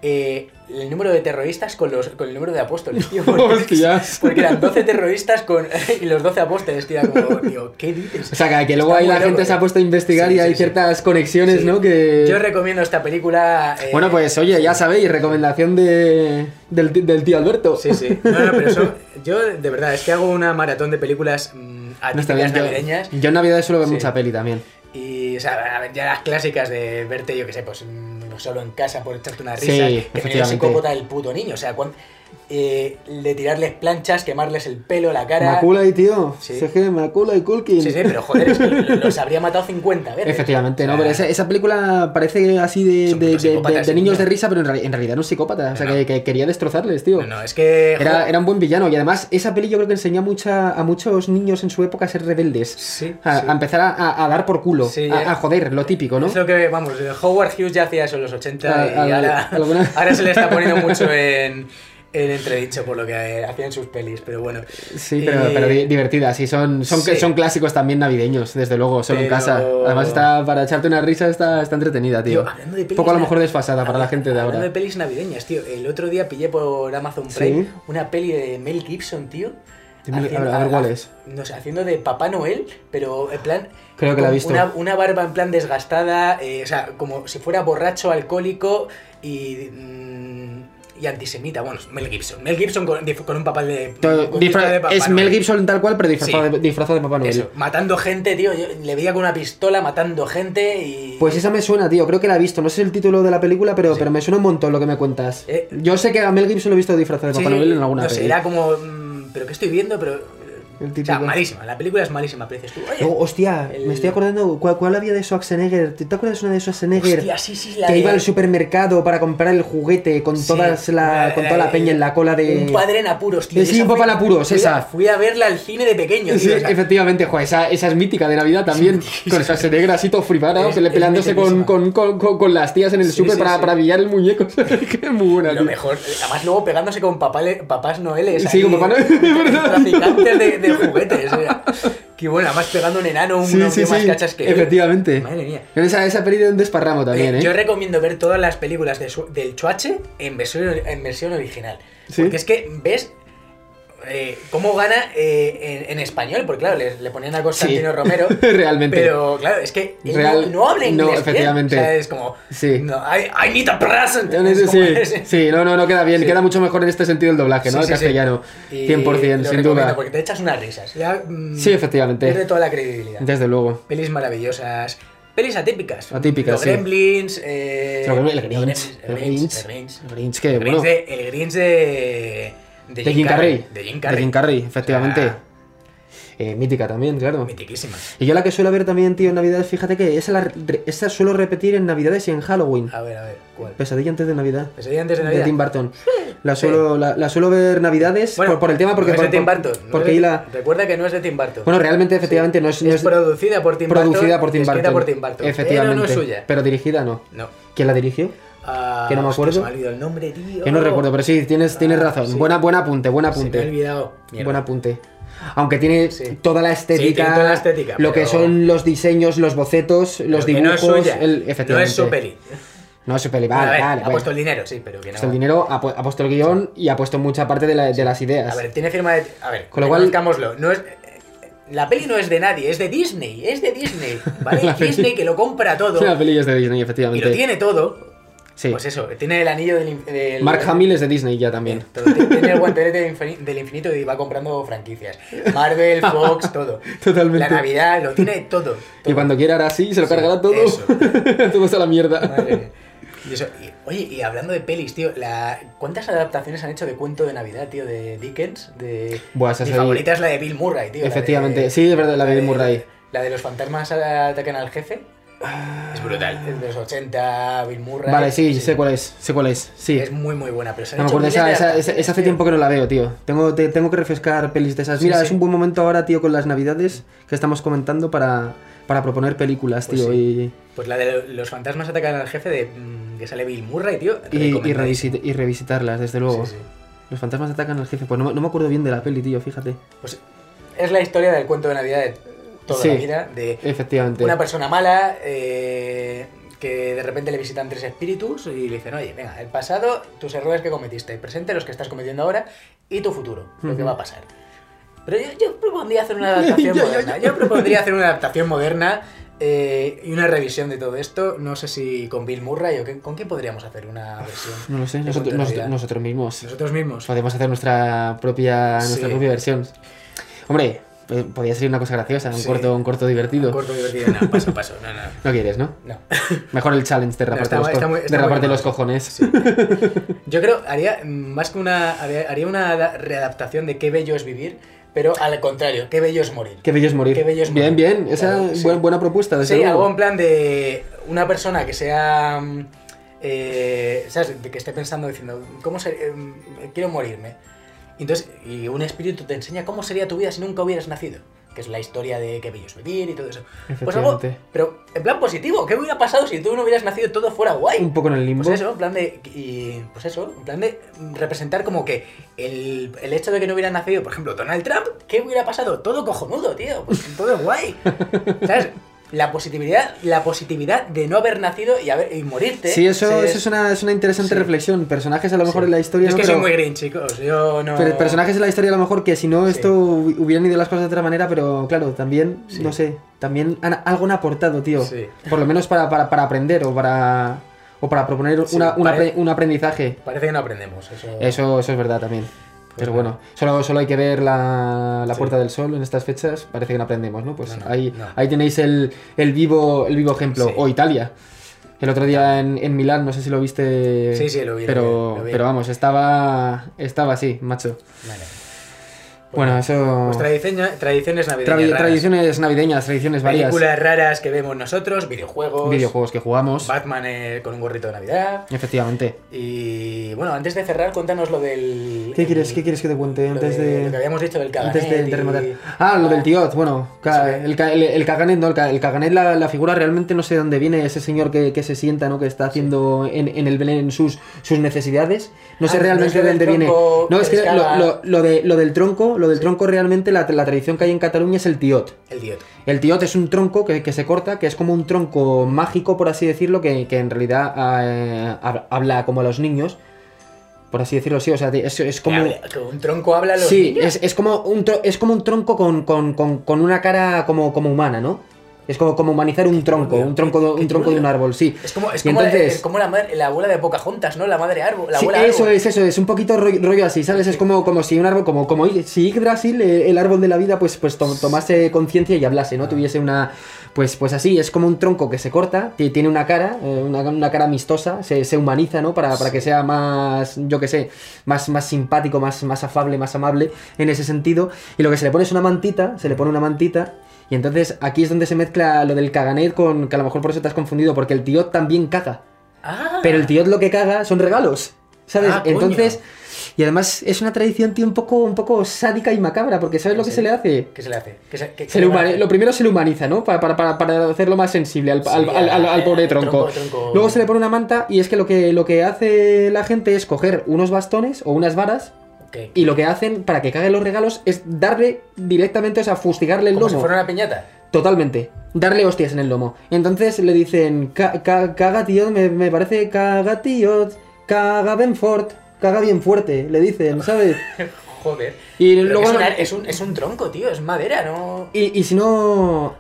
Speaker 4: eh, el número de terroristas con, los, con el número de apóstoles,
Speaker 1: [LAUGHS]
Speaker 4: tío. Porque,
Speaker 1: Hostias.
Speaker 4: [LAUGHS] porque eran 12 terroristas con, [LAUGHS] y los 12 apóstoles, tío. era Como, tío, ¿qué dices?
Speaker 1: O sea, que, que luego
Speaker 4: Está
Speaker 1: ahí
Speaker 4: muy
Speaker 1: la
Speaker 4: loco,
Speaker 1: gente se
Speaker 4: tío.
Speaker 1: ha puesto a investigar
Speaker 4: Sí,
Speaker 1: y hay
Speaker 4: sí, sí.
Speaker 1: ciertas conexiones,
Speaker 4: Sí.
Speaker 1: ¿no? Que...
Speaker 4: Yo recomiendo esta película. eh,
Speaker 1: Bueno, pues oye, ya sabéis, recomendación de... del, ti- del tío Alberto.
Speaker 4: Sí, sí. [LAUGHS] No, no, pero eso. Yo, de verdad, es que hago una maratón de películas mm,
Speaker 1: No está bien,
Speaker 4: atípicas
Speaker 1: yo,
Speaker 4: navideñas.
Speaker 1: yo en Navidad suelo ver
Speaker 4: Sí.
Speaker 1: mucha peli también.
Speaker 4: Y, o sea, a ver, ya las clásicas de verte, yo que sé, pues mm, solo en casa por echarte una
Speaker 1: Sí,
Speaker 4: risa. que no eres
Speaker 1: efectivamente.
Speaker 4: psicópata del puto niño. O sea, cuan- eh, de tirarles planchas, quemarles el pelo, la cara.
Speaker 1: Macula y tío.
Speaker 4: Sí.
Speaker 1: Se que Macula y Culkin.
Speaker 4: Sí, Ah. sí, pero joder, es que los habría matado 50 veces.
Speaker 1: Efectivamente, no,
Speaker 4: O sea,
Speaker 1: pero esa, esa película parece así de,
Speaker 5: Son
Speaker 1: de-
Speaker 5: putos
Speaker 1: de- de-
Speaker 5: psicópatas,
Speaker 1: de
Speaker 5: ese
Speaker 1: niños
Speaker 5: niño.
Speaker 1: de risa, pero en, reali- en realidad no es psicópata, o sea,
Speaker 5: No,
Speaker 1: que, que quería destrozarles, tío.
Speaker 4: No, no, es que.
Speaker 1: Era,
Speaker 4: joder,
Speaker 1: era un buen villano y además esa peli yo creo que enseñó mucha, a muchos niños en su época a ser rebeldes,
Speaker 4: Sí,
Speaker 1: a,
Speaker 4: sí.
Speaker 1: Ah, a empezar a- a, a dar por culo,
Speaker 4: Sí, eh.
Speaker 1: a,
Speaker 4: era-
Speaker 1: a joder, lo típico, ¿no?
Speaker 4: Es lo que, vamos, eh, Howard Hughes ya hacía eso en los 80
Speaker 1: Ah,
Speaker 4: y
Speaker 1: ah,
Speaker 4: ahora,
Speaker 1: alguna-
Speaker 4: ahora se le
Speaker 1: [LAUGHS]
Speaker 4: está poniendo mucho en, en entredicho por lo que eh, hacía en sus pelis, pero bueno.
Speaker 1: Sí, pero,
Speaker 4: Eh,
Speaker 1: pero di- divertida, sí, son, son,
Speaker 4: sí.
Speaker 1: son clásicos también navideños, desde luego, solo en
Speaker 4: Pero-
Speaker 1: casa. Además está para echarte una risa, está, está entretenida, tío.
Speaker 4: Tío, hablando de pelis
Speaker 1: Poco a lo
Speaker 4: nav-
Speaker 1: mejor desfasada para la
Speaker 4: hablando-
Speaker 1: gente de
Speaker 4: Hablando
Speaker 1: ahora.
Speaker 4: de pelis navideñas, tío. El otro día pillé por Amazon
Speaker 1: Sí.
Speaker 4: Prime una peli de Mel Gibson, tío.
Speaker 1: De Mel- a ver- a ver cuál es.
Speaker 4: No sé, haciendo de Papá Noel, pero en plan.
Speaker 1: Creo que la he
Speaker 4: con
Speaker 1: visto.
Speaker 4: Una, una barba en plan desgastada, eh, o sea, como si fuera borracho, alcohólico y. mm, y antisemita. Bueno, es Mel Gibson. Mel Gibson con, dif- con un papel de.
Speaker 1: To- disfra-
Speaker 4: con disfraz de Papá
Speaker 1: es
Speaker 4: Noel.
Speaker 1: Mel Gibson tal cual, pero disfrazado,
Speaker 4: Sí.
Speaker 1: de, disfrazado de Papá Noel.
Speaker 4: Eso, matando gente, tío. Yo le veía con una pistola matando gente y.
Speaker 1: Pues esa me suena, tío. Creo que la he visto. No sé el título de la película, pero, pero me suena un montón lo que me cuentas.
Speaker 4: Eh.
Speaker 1: Yo sé que a Mel Gibson lo he visto disfrazado de
Speaker 4: Sí,
Speaker 1: Papá Noel en alguna
Speaker 4: no sé,
Speaker 1: peli.
Speaker 4: era como. mm, ¿Pero qué estoy viendo? Pero.
Speaker 1: El
Speaker 4: O sea,
Speaker 1: típico.
Speaker 4: malísima. La película es malísima, pero dices tú. Oye,
Speaker 1: Oh, hostia,
Speaker 4: El-
Speaker 1: me estoy acordando. ¿cuál, cuál había de Schwarzenegger? ¿Te, te acuerdas una de Schwarzenegger?
Speaker 4: hostia, sí, sí, la
Speaker 1: que
Speaker 4: de-
Speaker 1: iba al supermercado para comprar el juguete con,
Speaker 4: sí,
Speaker 1: todas la, con toda la peña en la cola de.
Speaker 4: Un padre en apuros, tío.
Speaker 1: Sí,
Speaker 4: Esa
Speaker 1: un papá
Speaker 4: fui-
Speaker 1: en apuros,
Speaker 4: fui a-
Speaker 1: esa.
Speaker 4: Fui a verla al cine de pequeño, tío.
Speaker 1: Sí,
Speaker 4: o
Speaker 1: [LAUGHS]
Speaker 4: sea,
Speaker 1: efectivamente, jo, esa, esa es mítica de Navidad también. con Schwarzenegger así todo friparado,
Speaker 4: Es-
Speaker 1: que le
Speaker 4: es
Speaker 1: peleándose con,
Speaker 4: mitiquísima.
Speaker 1: con, con, con- con las tías en el
Speaker 4: Sí,
Speaker 1: súper
Speaker 4: sí,
Speaker 1: para,
Speaker 4: sí.
Speaker 1: para pillar el muñeco. [LAUGHS] Qué muy buena,
Speaker 4: lo
Speaker 1: tío.
Speaker 4: mejor. Además, luego pegándose con papá, papás noeles.
Speaker 1: Sí,
Speaker 4: ahí,
Speaker 1: con Papá Noel, ¿verdad?
Speaker 4: Traficantes de, de juguetes, o sea. Que bueno, además pegando un enano, un hombre más cachas que. él.
Speaker 1: efectivamente.
Speaker 4: Madre mía.
Speaker 1: En esa, esa peli de un desparramo también,
Speaker 4: Eh,
Speaker 1: ¿eh?
Speaker 4: Yo recomiendo ver todas las películas de su- del Chuache en versión, en versión original.
Speaker 1: Sí.
Speaker 4: Porque es que ves eh, cómo gana eh, en, en español, porque claro, le, le ponían a Constantino
Speaker 1: Sí.
Speaker 4: Romero.
Speaker 1: [LAUGHS] Realmente.
Speaker 4: Pero claro, es que él
Speaker 1: Real-
Speaker 4: no, no habla
Speaker 1: no,
Speaker 4: inglés. bien.
Speaker 1: efectivamente.
Speaker 4: O sea, es como.
Speaker 1: Sí.
Speaker 4: No, I, I need a present.
Speaker 1: En
Speaker 4: Es
Speaker 1: ese
Speaker 4: como-
Speaker 1: sí,
Speaker 4: es-
Speaker 1: sí, no, no, no queda bien.
Speaker 4: Sí.
Speaker 1: Queda mucho mejor en este sentido el doblaje, ¿no?
Speaker 4: Sí,
Speaker 1: El
Speaker 4: sí, sí.
Speaker 1: castellano.
Speaker 4: Y
Speaker 1: 100%,
Speaker 4: lo
Speaker 1: sin
Speaker 4: recomiendo,
Speaker 1: duda.
Speaker 4: Porque te echas unas risas. Ya, mm,
Speaker 1: Sí, efectivamente.
Speaker 4: Pierde toda la credibilidad.
Speaker 1: Desde luego.
Speaker 4: Pelis maravillosas. Pelis atípicas.
Speaker 1: Atípicas,
Speaker 4: Los
Speaker 1: sí.
Speaker 4: Gremlins. Eh,
Speaker 1: Pero bueno, el
Speaker 4: los
Speaker 1: Grinch. El Grinch.
Speaker 4: El Grinch.
Speaker 1: El Grinch, que
Speaker 4: El Grinch
Speaker 1: bueno.
Speaker 4: de, el Grinch de,
Speaker 1: De Jim Carrey.
Speaker 4: De Jim Carrey. Ah.
Speaker 1: efectivamente.
Speaker 4: sea,
Speaker 1: Eh, mítica también, claro.
Speaker 4: Mitiquísima.
Speaker 1: Y yo la que suelo ver también, tío, en Navidades, fíjate que esa, la re- esa suelo repetir en Navidades y en Halloween.
Speaker 4: A ver, a ver. ¿Cuál?
Speaker 1: Pesadilla antes de Navidad.
Speaker 4: Ah. Pesadilla antes de
Speaker 1: Pues De
Speaker 4: Navidad.
Speaker 1: Tim Burton. La suelo, la, la suelo ver Navidades por, por el tema, porque.
Speaker 4: no es
Speaker 1: por-
Speaker 4: de Tim
Speaker 1: por-
Speaker 4: Burton. no
Speaker 1: porque
Speaker 4: es
Speaker 1: ahí
Speaker 4: de-
Speaker 1: la.
Speaker 4: Recuerda que no es de Tim Burton.
Speaker 1: Bueno, realmente, efectivamente, no es. no
Speaker 4: es,
Speaker 1: es-
Speaker 4: producida por Tim Burton.
Speaker 1: producida por
Speaker 4: y
Speaker 1: Tim
Speaker 4: escrita
Speaker 1: Burton.
Speaker 4: por Tim Burton.
Speaker 1: Efectivamente.
Speaker 4: Pero no es suya.
Speaker 1: Pero dirigida no.
Speaker 4: No.
Speaker 1: ¿Quién la dirigió?
Speaker 4: Ah,
Speaker 1: Que no me
Speaker 4: hostia,
Speaker 1: acuerdo.
Speaker 4: se me ha olvidado el nombre, tío.
Speaker 1: Yo no recuerdo, pero sí, tienes, tienes
Speaker 4: Ah,
Speaker 1: razón.
Speaker 4: sí.
Speaker 1: Buena, buen apunte, buen
Speaker 4: Se me ha
Speaker 1: apunte.
Speaker 4: olvidado. Mierda.
Speaker 1: Buen apunte. Aunque tiene
Speaker 4: Sí.
Speaker 1: toda la estética,
Speaker 4: Sí, tiene toda la estética,
Speaker 1: lo que
Speaker 4: pero-
Speaker 1: son los diseños, los bocetos, los
Speaker 4: Pero que
Speaker 1: dibujos,
Speaker 4: no es suya.
Speaker 1: el- efectivamente.
Speaker 4: No es su peli.
Speaker 1: No es su peli,
Speaker 4: a
Speaker 1: vale,
Speaker 4: ver,
Speaker 1: vale.
Speaker 4: ha
Speaker 1: bueno.
Speaker 4: puesto el dinero, sí, pero que
Speaker 1: Ha
Speaker 4: no.
Speaker 1: puesto el dinero, ha, pu- ha puesto el guión y ha puesto mucha parte de, la- de las ideas.
Speaker 4: A ver, tiene firma de. A ver,
Speaker 1: Con lo cual-
Speaker 4: reconozcámoslo, No es, la peli no es de nadie, es de Disney. Es de Disney.
Speaker 1: [LAUGHS]
Speaker 4: ¿Vale?
Speaker 1: La peli-
Speaker 4: Disney que lo compra todo.
Speaker 1: Sí, [LAUGHS] la peli es de Disney,
Speaker 4: Y
Speaker 1: efectivamente.
Speaker 4: lo tiene todo.
Speaker 1: Sí.
Speaker 4: Pues eso, tiene el anillo del. in- del-
Speaker 1: Mark
Speaker 4: [LAUGHS]
Speaker 1: Hamill es de Disney ya también.
Speaker 4: Todo, tiene- tiene el guantelete del infin- del infinito y va comprando franquicias. Marvel, Fox, todo.
Speaker 1: [LAUGHS] Totalmente.
Speaker 4: La Navidad, lo tiene todo.
Speaker 1: Y
Speaker 4: todo.
Speaker 1: cuando quiera hará así, se lo cargará todo.
Speaker 4: eso.
Speaker 1: [LAUGHS] todo está a la mierda.
Speaker 4: Madre mía. Y eso- y- oye, y hablando de pelis, tío, la, ¿cuántas adaptaciones han hecho de cuento de Navidad, tío? De Dickens, de...
Speaker 1: Buah, esa
Speaker 4: Mi
Speaker 1: es ahí.
Speaker 4: favorita es la de Bill Murray, tío. la
Speaker 1: Efectivamente,
Speaker 4: de-
Speaker 1: sí, es verdad, la de
Speaker 4: la
Speaker 1: Bill Murray.
Speaker 4: La de los fantasmas atacan al jefe. Es brutal. Es de los 80, Bill Murray.
Speaker 1: Ah. Vale, sí, sé cuál es, sé cuál es. Sí.
Speaker 4: Es muy, muy buena, pero se han
Speaker 1: No me acuerdo,
Speaker 4: hecho
Speaker 1: esa,
Speaker 4: miles de
Speaker 1: esa, esa- esa hace
Speaker 4: adaptaciones,
Speaker 1: tiempo que
Speaker 4: tío.
Speaker 1: no la veo, tío. Tengo, te- tengo que refrescar pelis de esas.
Speaker 4: Sí,
Speaker 1: Mira,
Speaker 4: sí.
Speaker 1: es un buen momento ahora, tío, con las navidades que estamos comentando para, para proponer películas,
Speaker 4: Pues
Speaker 1: tío.
Speaker 4: Pues la de los fantasmas atacan al jefe, de mm, que sale Bill Murray, tío.
Speaker 1: Y, y, y
Speaker 4: recomendadísimo.
Speaker 1: revisi- y revisitarlas, desde luego.
Speaker 4: Sí, sí.
Speaker 1: Los fantasmas atacan al jefe. Pues no, me- no me acuerdo bien de la peli, tío, fíjate.
Speaker 4: Pues es la historia del cuento de Navidad de toda
Speaker 1: Sí.
Speaker 4: la vida, de
Speaker 1: Efectivamente.
Speaker 4: Una persona mala eh, que de repente le visitan tres espíritus y le dicen, oye, venga, el pasado, tus errores que cometiste, el presente, los que estás cometiendo ahora, y tu futuro, lo que va a pasar. Pero yo, yo propondría
Speaker 1: [LAUGHS]
Speaker 4: hacer una adaptación moderna. Yo propondría hacer una adaptación moderna eh, y una revisión de todo esto. No sé si con Bill Murray o qué- con quién podríamos hacer una versión.
Speaker 1: No lo sé,
Speaker 4: de
Speaker 1: nosotros,
Speaker 4: Cuento de
Speaker 1: nos-
Speaker 4: Navidad.
Speaker 1: nosotros mismos.
Speaker 4: Nosotros mismos.
Speaker 1: Podemos hacer nuestra propia,
Speaker 4: Sí.
Speaker 1: nuestra propia versión. Hombre, Pues, podría ser una cosa graciosa, un,
Speaker 4: Sí.
Speaker 1: corto, un corto divertido.
Speaker 4: Corto divertido, no, paso, paso, no, no.
Speaker 1: [LAUGHS] No quieres, ¿no?
Speaker 4: no.
Speaker 1: Mejor el challenge de
Speaker 4: No,
Speaker 1: raparte,
Speaker 4: está-
Speaker 1: los, co-
Speaker 4: está muy- está
Speaker 1: de
Speaker 4: muy
Speaker 1: raparte
Speaker 4: mal.
Speaker 1: los cojones.
Speaker 4: Sí. [LAUGHS] Yo creo, haría mm, más que una, haría, haría una da- readaptación de qué bello es vivir, pero al contrario, qué bello es morir.
Speaker 1: Qué bello es morir.
Speaker 4: Qué bello es
Speaker 1: bien,
Speaker 4: morir.
Speaker 1: bien. Esa
Speaker 4: Claro, sí.
Speaker 1: buen- buena propuesta. desde
Speaker 4: Sí,
Speaker 1: luego.
Speaker 4: algo en plan de una persona que sea. mm, eh, ¿Sabes? De Que esté pensando diciendo, ¿cómo ser- em, Quiero morirme. Y Entonces, y un espíritu te enseña cómo sería tu vida si nunca hubieras nacido. Que es la historia de qué bello es vivir y todo eso. Pues algo,
Speaker 1: Efectivamente.
Speaker 4: pero en plan positivo, ¿qué hubiera pasado si tú no hubieras nacido y todo fuera guay?
Speaker 1: Un poco en el limbo.
Speaker 4: Pues eso, en plan de. Y, pues eso, en plan de representar como que el, el hecho de que no hubiera nacido, por ejemplo, Donald Trump, ¿qué hubiera pasado? Todo cojonudo, tío. Pues [LAUGHS] todo guay. ¿Sabes? La positividad, la positividad de no haber nacido y, haber, y morirte.
Speaker 1: sí, eso,
Speaker 4: ¿sabes?
Speaker 1: eso es, una, es una interesante
Speaker 4: Sí.
Speaker 1: reflexión. Personajes a lo mejor
Speaker 4: Sí.
Speaker 1: en la historia.
Speaker 4: Yo es
Speaker 1: ¿no?
Speaker 4: que
Speaker 1: Pero-
Speaker 4: soy muy green, chicos. Yo no.
Speaker 1: pero personajes en la historia a lo mejor que si no
Speaker 4: Sí.
Speaker 1: esto hubi- hubieran ido las cosas de otra manera, pero claro, también,
Speaker 4: Sí.
Speaker 1: no sé, también han- algo han aportado, tío.
Speaker 4: Sí.
Speaker 1: Por lo menos para, para, para aprender o para, o para proponer
Speaker 4: Sí,
Speaker 1: una- un apre-
Speaker 4: pare-
Speaker 1: un aprendizaje.
Speaker 4: Parece que no aprendemos. Eso.
Speaker 1: Eso, eso es verdad también. Pero
Speaker 4: Pues nada.
Speaker 1: bueno, solo, solo hay que ver la, la
Speaker 4: Sí.
Speaker 1: Puerta del Sol en estas fechas. Parece que no aprendemos, ¿no? Pues
Speaker 4: No, no,
Speaker 1: ahí,
Speaker 4: no.
Speaker 1: ahí tenéis el, el vivo, el vivo ejemplo.
Speaker 4: Sí.
Speaker 1: O Italia. El otro día en, en Milán, no sé si lo viste.
Speaker 4: Sí, sí, lo vi, lo
Speaker 1: Pero,
Speaker 4: vi, lo vi.
Speaker 1: pero vamos, estaba, estaba así, macho.
Speaker 4: Vale.
Speaker 1: Bueno, eso.
Speaker 4: Pues tradiceña- tradiciones navideñas.
Speaker 1: Tra-
Speaker 4: raras.
Speaker 1: tradiciones navideñas, tradiciones varias.
Speaker 4: Películas raras que vemos nosotros, videojuegos.
Speaker 1: Videojuegos que jugamos.
Speaker 4: Batman eh, con un gorrito de Navidad.
Speaker 1: Efectivamente.
Speaker 4: Y bueno, antes de cerrar, cuéntanos lo del.
Speaker 1: ¿Qué quieres,
Speaker 4: el-
Speaker 1: qué quieres que te cuente
Speaker 4: lo
Speaker 1: antes
Speaker 4: de-
Speaker 1: de.?
Speaker 4: Lo que habíamos dicho del Caganet.
Speaker 1: Antes de, de
Speaker 4: y-
Speaker 1: rematar. Ah, lo del tiot, bueno. ca-
Speaker 4: Eso es.
Speaker 1: el, ca- el, el Caganet, no, el, ca- el Caganet, la, la figura realmente no sé de dónde viene ese señor que, que se sienta, ¿no? Que está haciendo en, en el Belén sus, sus necesidades. No sé
Speaker 4: Ah, no es
Speaker 1: realmente
Speaker 4: lo
Speaker 1: de
Speaker 4: del
Speaker 1: dónde viene.
Speaker 4: tronco
Speaker 1: No, es que lo,
Speaker 4: pescada.
Speaker 1: lo- lo de, lo del tronco, lo del tronco realmente, la, la tradición que hay en Cataluña es el tiot.
Speaker 4: El diot.
Speaker 1: El tiot es un tronco que, que se corta, que es como un tronco mágico, por así decirlo, que, que en realidad eh, hab- habla como a los niños. Por así decirlo, sí, o sea, es, es como...
Speaker 4: Un tronco habla a los.
Speaker 1: Sí,
Speaker 4: niños.
Speaker 1: es, es como un tro- es como un tronco con, con- con- con una cara como, como humana, ¿no? Es como, como humanizar un tronco,
Speaker 4: turbio,
Speaker 1: un tronco, de,
Speaker 4: qué
Speaker 1: un tronco de un
Speaker 4: turbio.
Speaker 1: árbol, sí.
Speaker 4: Es como, es
Speaker 1: Y
Speaker 4: como, la-
Speaker 1: entonces-
Speaker 4: es como la, madre, la abuela de Pocahontas, ¿no? La madre árbol. La
Speaker 1: Sí,
Speaker 4: abuela
Speaker 1: eso
Speaker 4: árbol.
Speaker 1: es, eso es, un poquito rollo, rollo así, ¿sabes? Es como, como si un árbol, como, como I- si Yggdrasil, eh, el árbol de la vida, pues, pues to- tomase conciencia y hablase,
Speaker 4: Ah.
Speaker 1: ¿no? Tuviese una... Pues, pues así, es como un tronco que se corta, ti- tiene una cara, eh, una, una cara amistosa, se, se humaniza, ¿no? Para, para que sea más, yo qué sé, más, más simpático, más, más afable, más amable en ese sentido. Y lo que se le pone es una mantita, se le pone una mantita y entonces aquí es donde se mezcla lo del caganet con que a lo mejor por eso te has confundido, porque el tío también caga.
Speaker 4: Ah,
Speaker 1: Pero el tío lo que caga son regalos. ¿Sabes?
Speaker 4: Ah, coño.
Speaker 1: Entonces. Y además es una tradición, tío, un poco, un poco sádica y macabra, porque ¿sabes lo que
Speaker 4: Sí.
Speaker 1: se le hace?
Speaker 4: ¿Qué se le hace? ¿Qué se, qué-
Speaker 1: Se
Speaker 4: qué
Speaker 1: le
Speaker 4: van a
Speaker 1: humani-
Speaker 4: hacer?
Speaker 1: lo primero se le humaniza, ¿no? Para, para- para- para hacerlo más sensible al,
Speaker 4: Sí,
Speaker 1: al- al- al- al pobre
Speaker 4: al
Speaker 1: tronco.
Speaker 4: tronco, tronco.
Speaker 1: Luego se le pone una manta y es que lo, que lo que hace la gente es coger unos bastones o unas varas
Speaker 4: ¿Qué?
Speaker 1: y lo que hacen para que cague los regalos es darle directamente, o sea, fustigarle el
Speaker 4: Como
Speaker 1: lomo.
Speaker 4: si fuera una piñata.
Speaker 1: Totalmente. Darle hostias en el lomo. Entonces le dicen, "Ca- ca- caga tío, me, me parece caga tío, caga bien fort, caga bien fuerte, le dicen, ¿sabes?
Speaker 4: Joder.
Speaker 1: Y
Speaker 4: Pero
Speaker 1: luego...
Speaker 4: es, una- es un, es un tronco, tío. Es madera, ¿no?
Speaker 1: Y, y si no...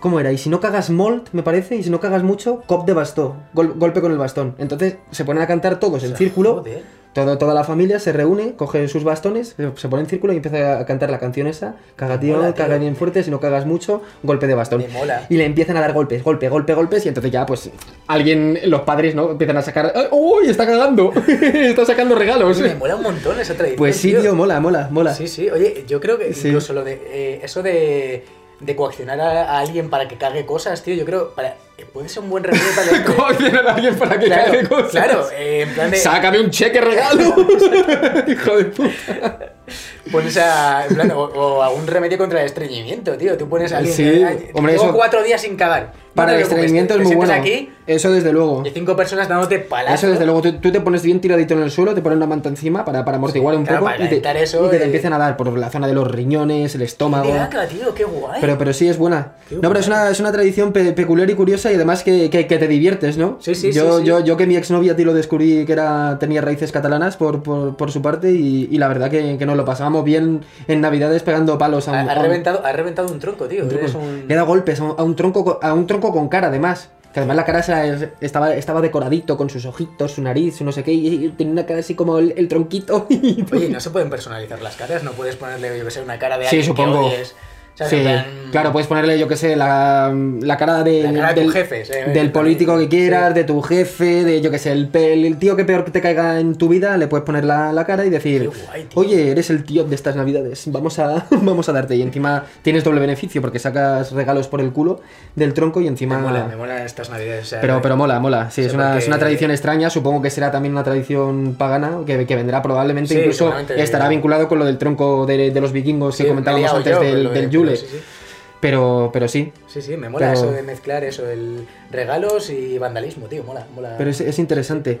Speaker 1: ¿Cómo era? Y si no cagas molt, me parece, y si no cagas mucho, cop de bastó, gol- golpe con el bastón. Entonces se ponen a cantar todos en
Speaker 4: O sea,
Speaker 1: círculo,
Speaker 4: joder.
Speaker 1: todo, toda la familia se reúne, coge sus bastones, se- se pone en círculo y empieza a cantar la canción esa, caga tío,
Speaker 4: Mola, tío.
Speaker 1: caga bien fuerte, si no cagas mucho, golpe de bastón.
Speaker 4: Me mola.
Speaker 1: Y le empiezan a dar golpes, golpe, golpe, golpes. Y entonces ya, pues, alguien, los padres, ¿no? Empiezan a sacar. ¡Ay, ¡Uy! Está cagando. [LAUGHS] está sacando regalos.
Speaker 4: Me mola un montón esa tradición.
Speaker 1: Pues sí, tío, mola, mola, mola.
Speaker 4: Sí, sí, oye, yo creo que
Speaker 1: Sí.
Speaker 4: incluso lo de eh, eso de, de coaccionar a, a alguien para que cague cosas, tío, yo creo para que puede ser un buen remedio
Speaker 1: [LAUGHS]
Speaker 4: para que-
Speaker 1: ¿Cómo tienen a alguien para que
Speaker 4: claro,
Speaker 1: cague cosas?
Speaker 4: claro, eh, en plan de [LAUGHS]
Speaker 1: Sácame un cheque regalo. [LAUGHS] Hijo de puta.
Speaker 4: pones a en plan, Pues, o, o a un remedio contra el estreñimiento, tío, tú pones a alguien
Speaker 1: Sí,
Speaker 4: eh, ay,
Speaker 1: hombre,
Speaker 4: llevo
Speaker 1: eso-
Speaker 4: cuatro días sin cagar. No
Speaker 1: Para
Speaker 4: te
Speaker 1: el
Speaker 4: preocupes,
Speaker 1: estreñimiento
Speaker 4: te-
Speaker 1: es muy
Speaker 4: te
Speaker 1: bueno.
Speaker 4: sientas aquí
Speaker 1: Eso desde luego.
Speaker 4: y cinco personas dándote palazos.
Speaker 1: Eso desde luego, tú, tú te pones bien tiradito en el suelo, te ponen una manta encima para, para amortiguar un
Speaker 4: claro,
Speaker 1: poco
Speaker 4: para
Speaker 1: y te,
Speaker 4: evitar eso,
Speaker 1: y te la
Speaker 4: eh.
Speaker 1: empiezan a dar por la zona de los riñones, el estómago.
Speaker 4: De caca, tío, qué guay.
Speaker 1: Pero, pero sí, es buena.
Speaker 4: Qué
Speaker 1: No, pero es
Speaker 4: guay.
Speaker 1: una, es una tradición pe- peculiar y curiosa y además que, que- que te diviertes, ¿no?
Speaker 4: Sí, sí,
Speaker 1: yo,
Speaker 4: sí, sí.
Speaker 1: Yo, yo que mi exnovia a ti lo descubrí que era tenía raíces catalanas por, por, por su parte y, y la verdad que, que nos lo pasábamos bien en Navidades pegando palos a un...
Speaker 4: ha, ha
Speaker 1: a un-
Speaker 4: reventado, ha reventado un tronco, tío.
Speaker 1: un tronco.
Speaker 4: eres un-
Speaker 1: Le da golpes a un, a un tronco, co- a un tronco con cara, además. Que además la cara esa estaba, estaba decoradito con sus ojitos, su nariz, su no sé qué, y, y tenía una cara así como el, el tronquito. [LAUGHS] pues,
Speaker 4: Oye, no se pueden personalizar las caras, no puedes ponerle, yo que sé, una cara de
Speaker 1: Sí,
Speaker 4: alguien
Speaker 1: supongo.
Speaker 4: que odies. ¿Sabes?
Speaker 1: Sí,
Speaker 4: En plan,
Speaker 1: claro, puedes ponerle, yo qué sé, la, la cara, de,
Speaker 4: La cara de
Speaker 1: del,
Speaker 4: tus jefes, eh,
Speaker 1: del
Speaker 4: también.
Speaker 1: político que quieras,
Speaker 4: Sí.
Speaker 1: de tu jefe, de yo qué sé, el, pe- el tío que peor que te caiga en tu vida, le puedes poner la, la cara y decir,
Speaker 4: Qué guay, tío.
Speaker 1: oye, eres el tío de estas navidades, vamos a, [LAUGHS] vamos a darte. Y encima tienes doble beneficio porque sacas regalos por el culo del tronco y
Speaker 4: Me
Speaker 1: encima...
Speaker 4: mola, me molan estas navidades. o sea,
Speaker 1: Pero, pero mola, mola. Sí,
Speaker 4: Sí,
Speaker 1: es, una, es una
Speaker 4: porque-
Speaker 1: tradición extraña. Supongo que será también una tradición pagana que, que vendrá probablemente.
Speaker 4: Sí,
Speaker 1: Incluso
Speaker 4: seguramente.
Speaker 1: estará vinculado con lo del tronco de, de los vikingos
Speaker 4: sí,
Speaker 1: que
Speaker 4: me he
Speaker 1: comentábamos
Speaker 4: liado
Speaker 1: antes
Speaker 4: yo,
Speaker 1: del,
Speaker 4: pero-
Speaker 1: del
Speaker 4: pero
Speaker 1: Yule.
Speaker 4: Sí sí.
Speaker 1: Pero, pero sí.
Speaker 4: Sí, sí, me mola
Speaker 1: Pero-
Speaker 4: eso de mezclar eso, el regalos y vandalismo, tío, mola, mola.
Speaker 1: Pero es, es interesante.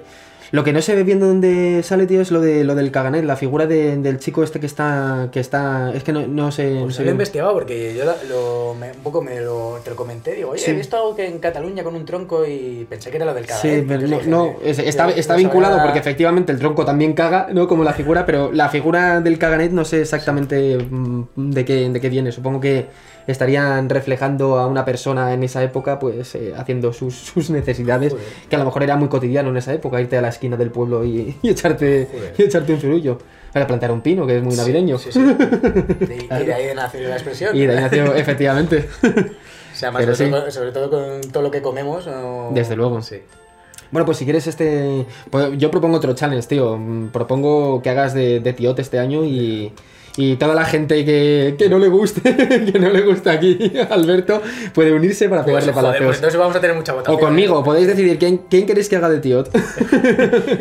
Speaker 1: Lo que no se ve bien de dónde sale, tío, es lo de lo del Caganet, la figura de- del chico este que está. que está. Es que no, no sé. no
Speaker 4: Pues
Speaker 1: sé
Speaker 4: lo he
Speaker 1: bien.
Speaker 4: investigado porque yo la- lo- me- un poco me lo, te lo comenté. Digo, oye,
Speaker 1: Sí.
Speaker 4: he visto algo que en Cataluña con un tronco y pensé que era lo del
Speaker 1: Sí,
Speaker 4: Cadael.
Speaker 1: pero no,
Speaker 4: Entonces
Speaker 1: no,
Speaker 4: dije,
Speaker 1: es- está,
Speaker 4: yo
Speaker 1: está
Speaker 4: no sabía
Speaker 1: vinculado
Speaker 4: nada.
Speaker 1: porque efectivamente el tronco también caga, ¿no? Como la figura, pero la figura del caganet no sé exactamente mm, de qué, de qué viene. Supongo que estarían reflejando a una persona en esa época, pues eh, haciendo sus, sus necesidades,
Speaker 4: Joder.
Speaker 1: que a lo mejor era muy cotidiano en esa época, irte a la esquina del pueblo y, y echarte,
Speaker 4: Joder.
Speaker 1: y echarte un zurullo. Para plantar un pino, que es muy navideño. [LAUGHS]
Speaker 4: Sí, sí. De- y de ahí nace la expresión.
Speaker 1: Y de ahí
Speaker 4: [LAUGHS]
Speaker 1: nació, efectivamente.
Speaker 4: O sea, más
Speaker 1: Pero
Speaker 4: sobre,
Speaker 1: sí.
Speaker 4: todo, sobre todo con todo lo que comemos. o-
Speaker 1: Desde luego.
Speaker 4: Sí.
Speaker 1: Bueno, pues si quieres este... pues yo propongo otro challenge, tío. Mm, Propongo que hagas de, de tiote este año y... Y toda la gente que, que no le guste, [LAUGHS] que no le gusta aquí, [LAUGHS] Alberto, puede unirse para
Speaker 4: Pues,
Speaker 1: pegarle
Speaker 4: joder, pues
Speaker 1: palacios.
Speaker 4: entonces vamos a tener mucha votación.
Speaker 1: o
Speaker 4: ¿eh?
Speaker 1: conmigo, podéis decidir quién, quién queréis que haga de
Speaker 4: [LAUGHS]
Speaker 1: tío.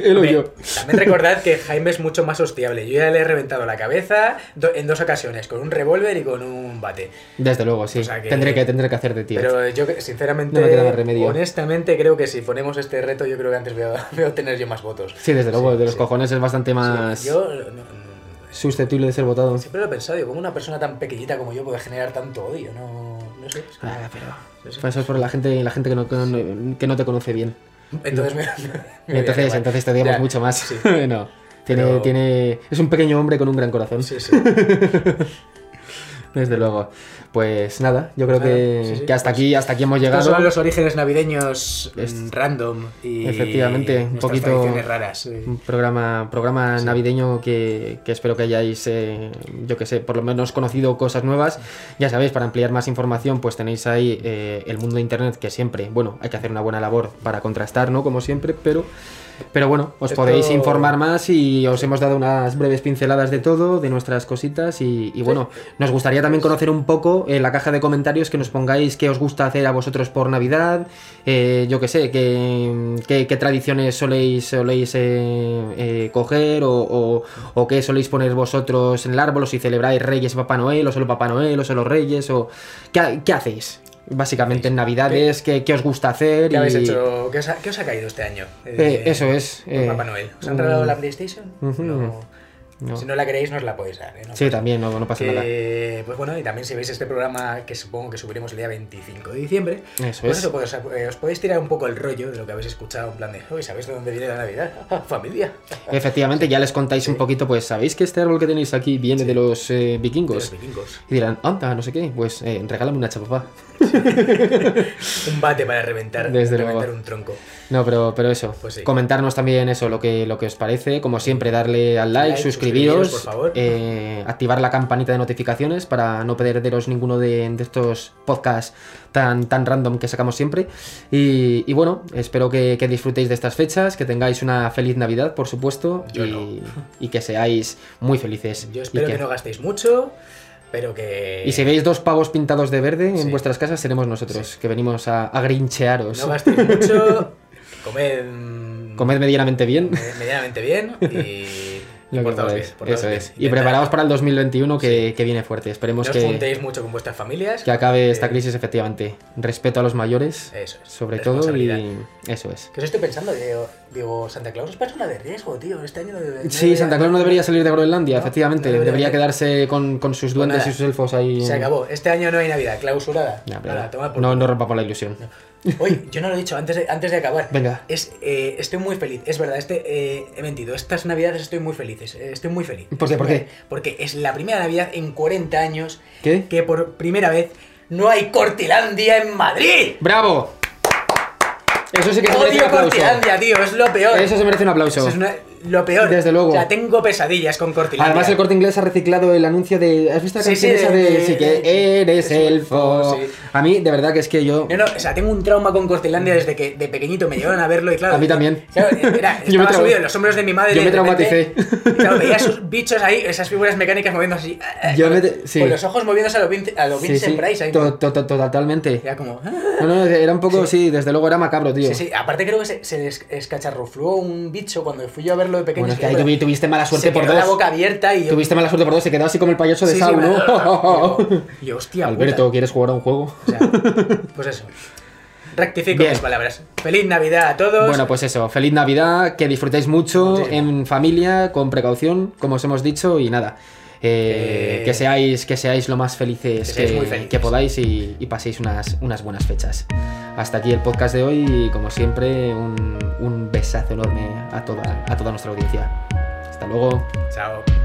Speaker 1: Él o
Speaker 4: Hombre,
Speaker 1: yo.
Speaker 4: También recordad que Jaime es mucho más hostiable. Yo ya le he reventado la cabeza do- en dos ocasiones, con un revólver y con un bate.
Speaker 1: Desde luego, sí.
Speaker 4: O sea que-
Speaker 1: Tendré, que, tendré que hacer de tío.
Speaker 4: Pero yo, que- sinceramente,
Speaker 1: No me queda más remedio.
Speaker 4: honestamente, creo que si ponemos este reto, yo creo que antes voy [LAUGHS] a, voy a obtener yo más votos.
Speaker 1: Sí, desde luego,
Speaker 4: Sí,
Speaker 1: de los
Speaker 4: sí.
Speaker 1: cojones es bastante más
Speaker 4: Sí, yo no, no,
Speaker 1: susceptible de ser votado.
Speaker 4: siempre lo he pensado, digo, ¿cómo una persona tan pequeñita como yo puede generar tanto odio? No, no sé. es que-
Speaker 1: Ah, pero...
Speaker 4: Sí, sí.
Speaker 1: pues eso es por la gente, la gente que, no, que no- que no te conoce bien.
Speaker 4: Entonces, me, me voy a
Speaker 1: [LAUGHS] Entonces,
Speaker 4: quemar.
Speaker 1: entonces te digamos
Speaker 4: Ya,
Speaker 1: mucho más. [LAUGHS]
Speaker 4: Sí,
Speaker 1: no. Tiene,
Speaker 4: Pero-
Speaker 1: tiene. Es un pequeño hombre con un gran corazón.
Speaker 4: sí, sí.
Speaker 1: Desde luego. Pues nada, yo creo
Speaker 4: Ah,
Speaker 1: que,
Speaker 4: sí, sí,
Speaker 1: que hasta
Speaker 4: pues-
Speaker 1: aquí, hasta aquí hemos llegado.
Speaker 4: Estos son los orígenes navideños mm,
Speaker 1: Es-
Speaker 4: random y
Speaker 1: Efectivamente, un
Speaker 4: nuestras
Speaker 1: poquito-
Speaker 4: tradiciones raras. eh.
Speaker 1: Un programa, programa navideño que, que espero que hayáis, eh, yo que sé, por lo menos conocido cosas nuevas. Ya sabéis, para ampliar más información, pues tenéis ahí eh, el mundo de internet, que siempre, bueno, hay que hacer una buena labor para contrastar, ¿no? Como siempre, pero. Pero bueno, os
Speaker 4: Esto-
Speaker 1: podéis informar más y os hemos dado unas breves pinceladas de todo, de nuestras cositas y, y bueno, nos gustaría también
Speaker 4: Pues-
Speaker 1: conocer un poco en la caja de comentarios que nos pongáis qué os gusta hacer a vosotros por Navidad, eh, yo qué sé, qué, qué- qué tradiciones soléis, soléis eh, eh, coger o, o- o qué soléis poner vosotros en el árbol, o si celebráis Reyes y Papá Noel, o solo Papá Noel, o solo Reyes, o qué, qué hacéis. Básicamente en Navidades, qué, qué os gusta hacer.
Speaker 4: ¿Qué
Speaker 1: y...
Speaker 4: habéis hecho? ¿Qué os ha, qué os ha caído este año?
Speaker 1: Eh, eso es,
Speaker 4: con
Speaker 1: eh,
Speaker 4: Papá Noel. ¿Os han
Speaker 1: un-
Speaker 4: regalado la PlayStation?
Speaker 1: Ujú.
Speaker 4: No.
Speaker 1: No.
Speaker 4: Si no la queréis, no os la podéis dar. ¿eh? No
Speaker 1: Sí,
Speaker 4: pasa
Speaker 1: también, no, no pasa nada.
Speaker 4: Que, pues bueno, y también si veis este programa que supongo que subiremos el día 25 de diciembre,
Speaker 1: Eso
Speaker 4: pues
Speaker 1: es.
Speaker 4: eso, pues, eh, os podéis tirar un poco el rollo de lo que habéis escuchado, en plan de, hoy ¿sabéis de dónde viene la Navidad? [LAUGHS] Ah, familia.
Speaker 1: Efectivamente, ya les contáis un poquito, pues sabéis que este árbol que tenéis aquí viene de los eh,
Speaker 4: De
Speaker 1: vikingos.
Speaker 4: los vikingos.
Speaker 1: Y dirán, anda, no sé qué, pues eh, regálame una chapapá.
Speaker 4: Un bate para reventar,
Speaker 1: Desde
Speaker 4: reventar
Speaker 1: luego.
Speaker 4: un tronco.
Speaker 1: No, pero, pero eso,
Speaker 4: Pues sí.
Speaker 1: comentarnos también eso, lo que, lo que os parece. Como siempre, darle al like,
Speaker 4: Like,
Speaker 1: suscribiros,
Speaker 4: suscribiros, por favor.
Speaker 1: eh, activar la campanita de notificaciones para no perderos ninguno de, de estos podcasts tan, tan random que sacamos siempre. Y, y bueno, espero que, que disfrutéis de estas fechas, que tengáis una feliz Navidad, por supuesto,
Speaker 4: Yo
Speaker 1: y,
Speaker 4: no.
Speaker 1: y que seáis muy felices.
Speaker 4: Yo
Speaker 1: Y
Speaker 4: espero
Speaker 1: que-
Speaker 4: que... no gastéis mucho, pero que...
Speaker 1: Y si veis dos pavos pintados de verde en
Speaker 4: Sí.
Speaker 1: vuestras casas, seremos nosotros, que venimos a, a grinchearos.
Speaker 4: No gastéis mucho, comed... mm,
Speaker 1: Comed medianamente
Speaker 4: [LAUGHS]
Speaker 1: bien.
Speaker 4: eh, medianamente bien y...
Speaker 1: [LAUGHS] Lo que
Speaker 4: portaos
Speaker 1: podáis.
Speaker 4: bien, portaos
Speaker 1: Eso
Speaker 4: bien.
Speaker 1: es. Y
Speaker 4: Intentad-
Speaker 1: preparaos para el 2021 que, que viene fuerte.
Speaker 4: No
Speaker 1: Esperemos
Speaker 4: os
Speaker 1: que,
Speaker 4: juntéis mucho con vuestras familias.
Speaker 1: que acabe esta
Speaker 4: eh,
Speaker 1: crisis efectivamente. Respeto a los mayores,
Speaker 4: Eso es,
Speaker 1: sobre todo, y
Speaker 4: Eh, responsabilidad.
Speaker 1: eso es.
Speaker 4: Que os estoy pensando, digo, digo, Santa Claus es persona de riesgo, tío. Este año no debe- no
Speaker 1: Sí,
Speaker 4: debería-
Speaker 1: Santa Claus no debería salir de Groenlandia,
Speaker 4: No,
Speaker 1: efectivamente.
Speaker 4: no
Speaker 1: debería
Speaker 4: debería hacer-
Speaker 1: quedarse con, con sus duendes
Speaker 4: nada.
Speaker 1: y sus elfos ahí.
Speaker 4: Se acabó. Este año no hay Navidad, clausurada.
Speaker 1: Nah, pero
Speaker 4: Nada, toma por
Speaker 1: no,
Speaker 4: culo.
Speaker 1: no rompamos la ilusión.
Speaker 4: Oye, yo no lo he dicho antes de, antes de acabar.
Speaker 1: Venga.
Speaker 4: Es, eh, estoy muy feliz, es verdad, este, eh, he mentido. Estas navidades estoy muy feliz, es- eh, estoy muy feliz.
Speaker 1: ¿Por qué, por qué?
Speaker 4: Porque es la primera navidad en 40 años
Speaker 1: ¿Qué?
Speaker 4: que por primera vez no hay Cortilandia en Madrid.
Speaker 1: ¡Bravo! Eso sí que se merece un
Speaker 4: Odio
Speaker 1: aplauso.
Speaker 4: Cortilandia, tío, es lo peor.
Speaker 1: Eso se merece un aplauso.
Speaker 4: Eso es una- lo peor.
Speaker 1: Desde luego.
Speaker 4: O sea, tengo pesadillas con Cortilandia.
Speaker 1: Además, el corte inglés ha reciclado el anuncio de. ¿Has visto la
Speaker 4: Sí,
Speaker 1: canción
Speaker 4: sí,
Speaker 1: esa
Speaker 4: de-
Speaker 1: de,
Speaker 4: de-
Speaker 1: Sí, que
Speaker 4: de-
Speaker 1: eres
Speaker 4: de-
Speaker 1: elfo?
Speaker 4: sí.
Speaker 1: A mí, de verdad que es que yo.
Speaker 4: No, no, o sea, tengo un trauma con Cortilandia desde que de pequeñito me llevaron a verlo y claro.
Speaker 1: A mí también.
Speaker 4: Claro,
Speaker 1: [LAUGHS]
Speaker 4: era,
Speaker 1: Yo me
Speaker 4: estaba
Speaker 1: traumé.
Speaker 4: subido en los hombros de mi madre.
Speaker 1: Yo
Speaker 4: y
Speaker 1: me
Speaker 4: de repente,
Speaker 1: traumaticé.
Speaker 4: y Claro, veía esos bichos ahí, esas figuras mecánicas moviendo así. ah, ah,
Speaker 1: Yo
Speaker 4: con,
Speaker 1: me te- sí.
Speaker 4: con los ojos moviéndose a los Vince, a lo
Speaker 1: Sí,
Speaker 4: Vincent
Speaker 1: sí,
Speaker 4: Price ahí.
Speaker 1: to- to- to- totalmente.
Speaker 4: Era como. ah.
Speaker 1: No, no, era un poco, sí, desde luego era macabro, tío.
Speaker 4: Sí, sí, aparte creo que se, se les escacharrufló un bicho cuando fui yo a verlo de pequeño.
Speaker 1: Bueno, es que ahí
Speaker 4: pero
Speaker 1: tuvi- tuviste mala suerte
Speaker 4: se
Speaker 1: por
Speaker 4: quedó
Speaker 1: dos.
Speaker 4: la boca abierta y yo.
Speaker 1: Tuviste mala suerte por dos, se quedó así como el payaso de
Speaker 4: Sí, sí,
Speaker 1: Saul, [LAUGHS]
Speaker 4: me-
Speaker 1: ¿no?
Speaker 4: Y yo, hostia,
Speaker 1: Alberto,
Speaker 4: puta.
Speaker 1: ¿quieres jugar a un juego?
Speaker 4: O sea, pues eso. Rectifico
Speaker 1: Bien.
Speaker 4: mis palabras. Feliz Navidad a todos.
Speaker 1: Bueno, pues eso, feliz Navidad, que disfrutéis mucho
Speaker 4: Muchísimo.
Speaker 1: en familia, con precaución, como os hemos dicho, y nada. eh,
Speaker 4: Eh,
Speaker 1: que, seáis, que seáis lo más felices
Speaker 4: que
Speaker 1: que,
Speaker 4: seáis muy felices.
Speaker 1: que podáis y, y paséis unas, unas buenas fechas. Hasta aquí el podcast de hoy y como siempre un, un besazo enorme a toda, a toda nuestra audiencia. Hasta luego.
Speaker 4: Chao.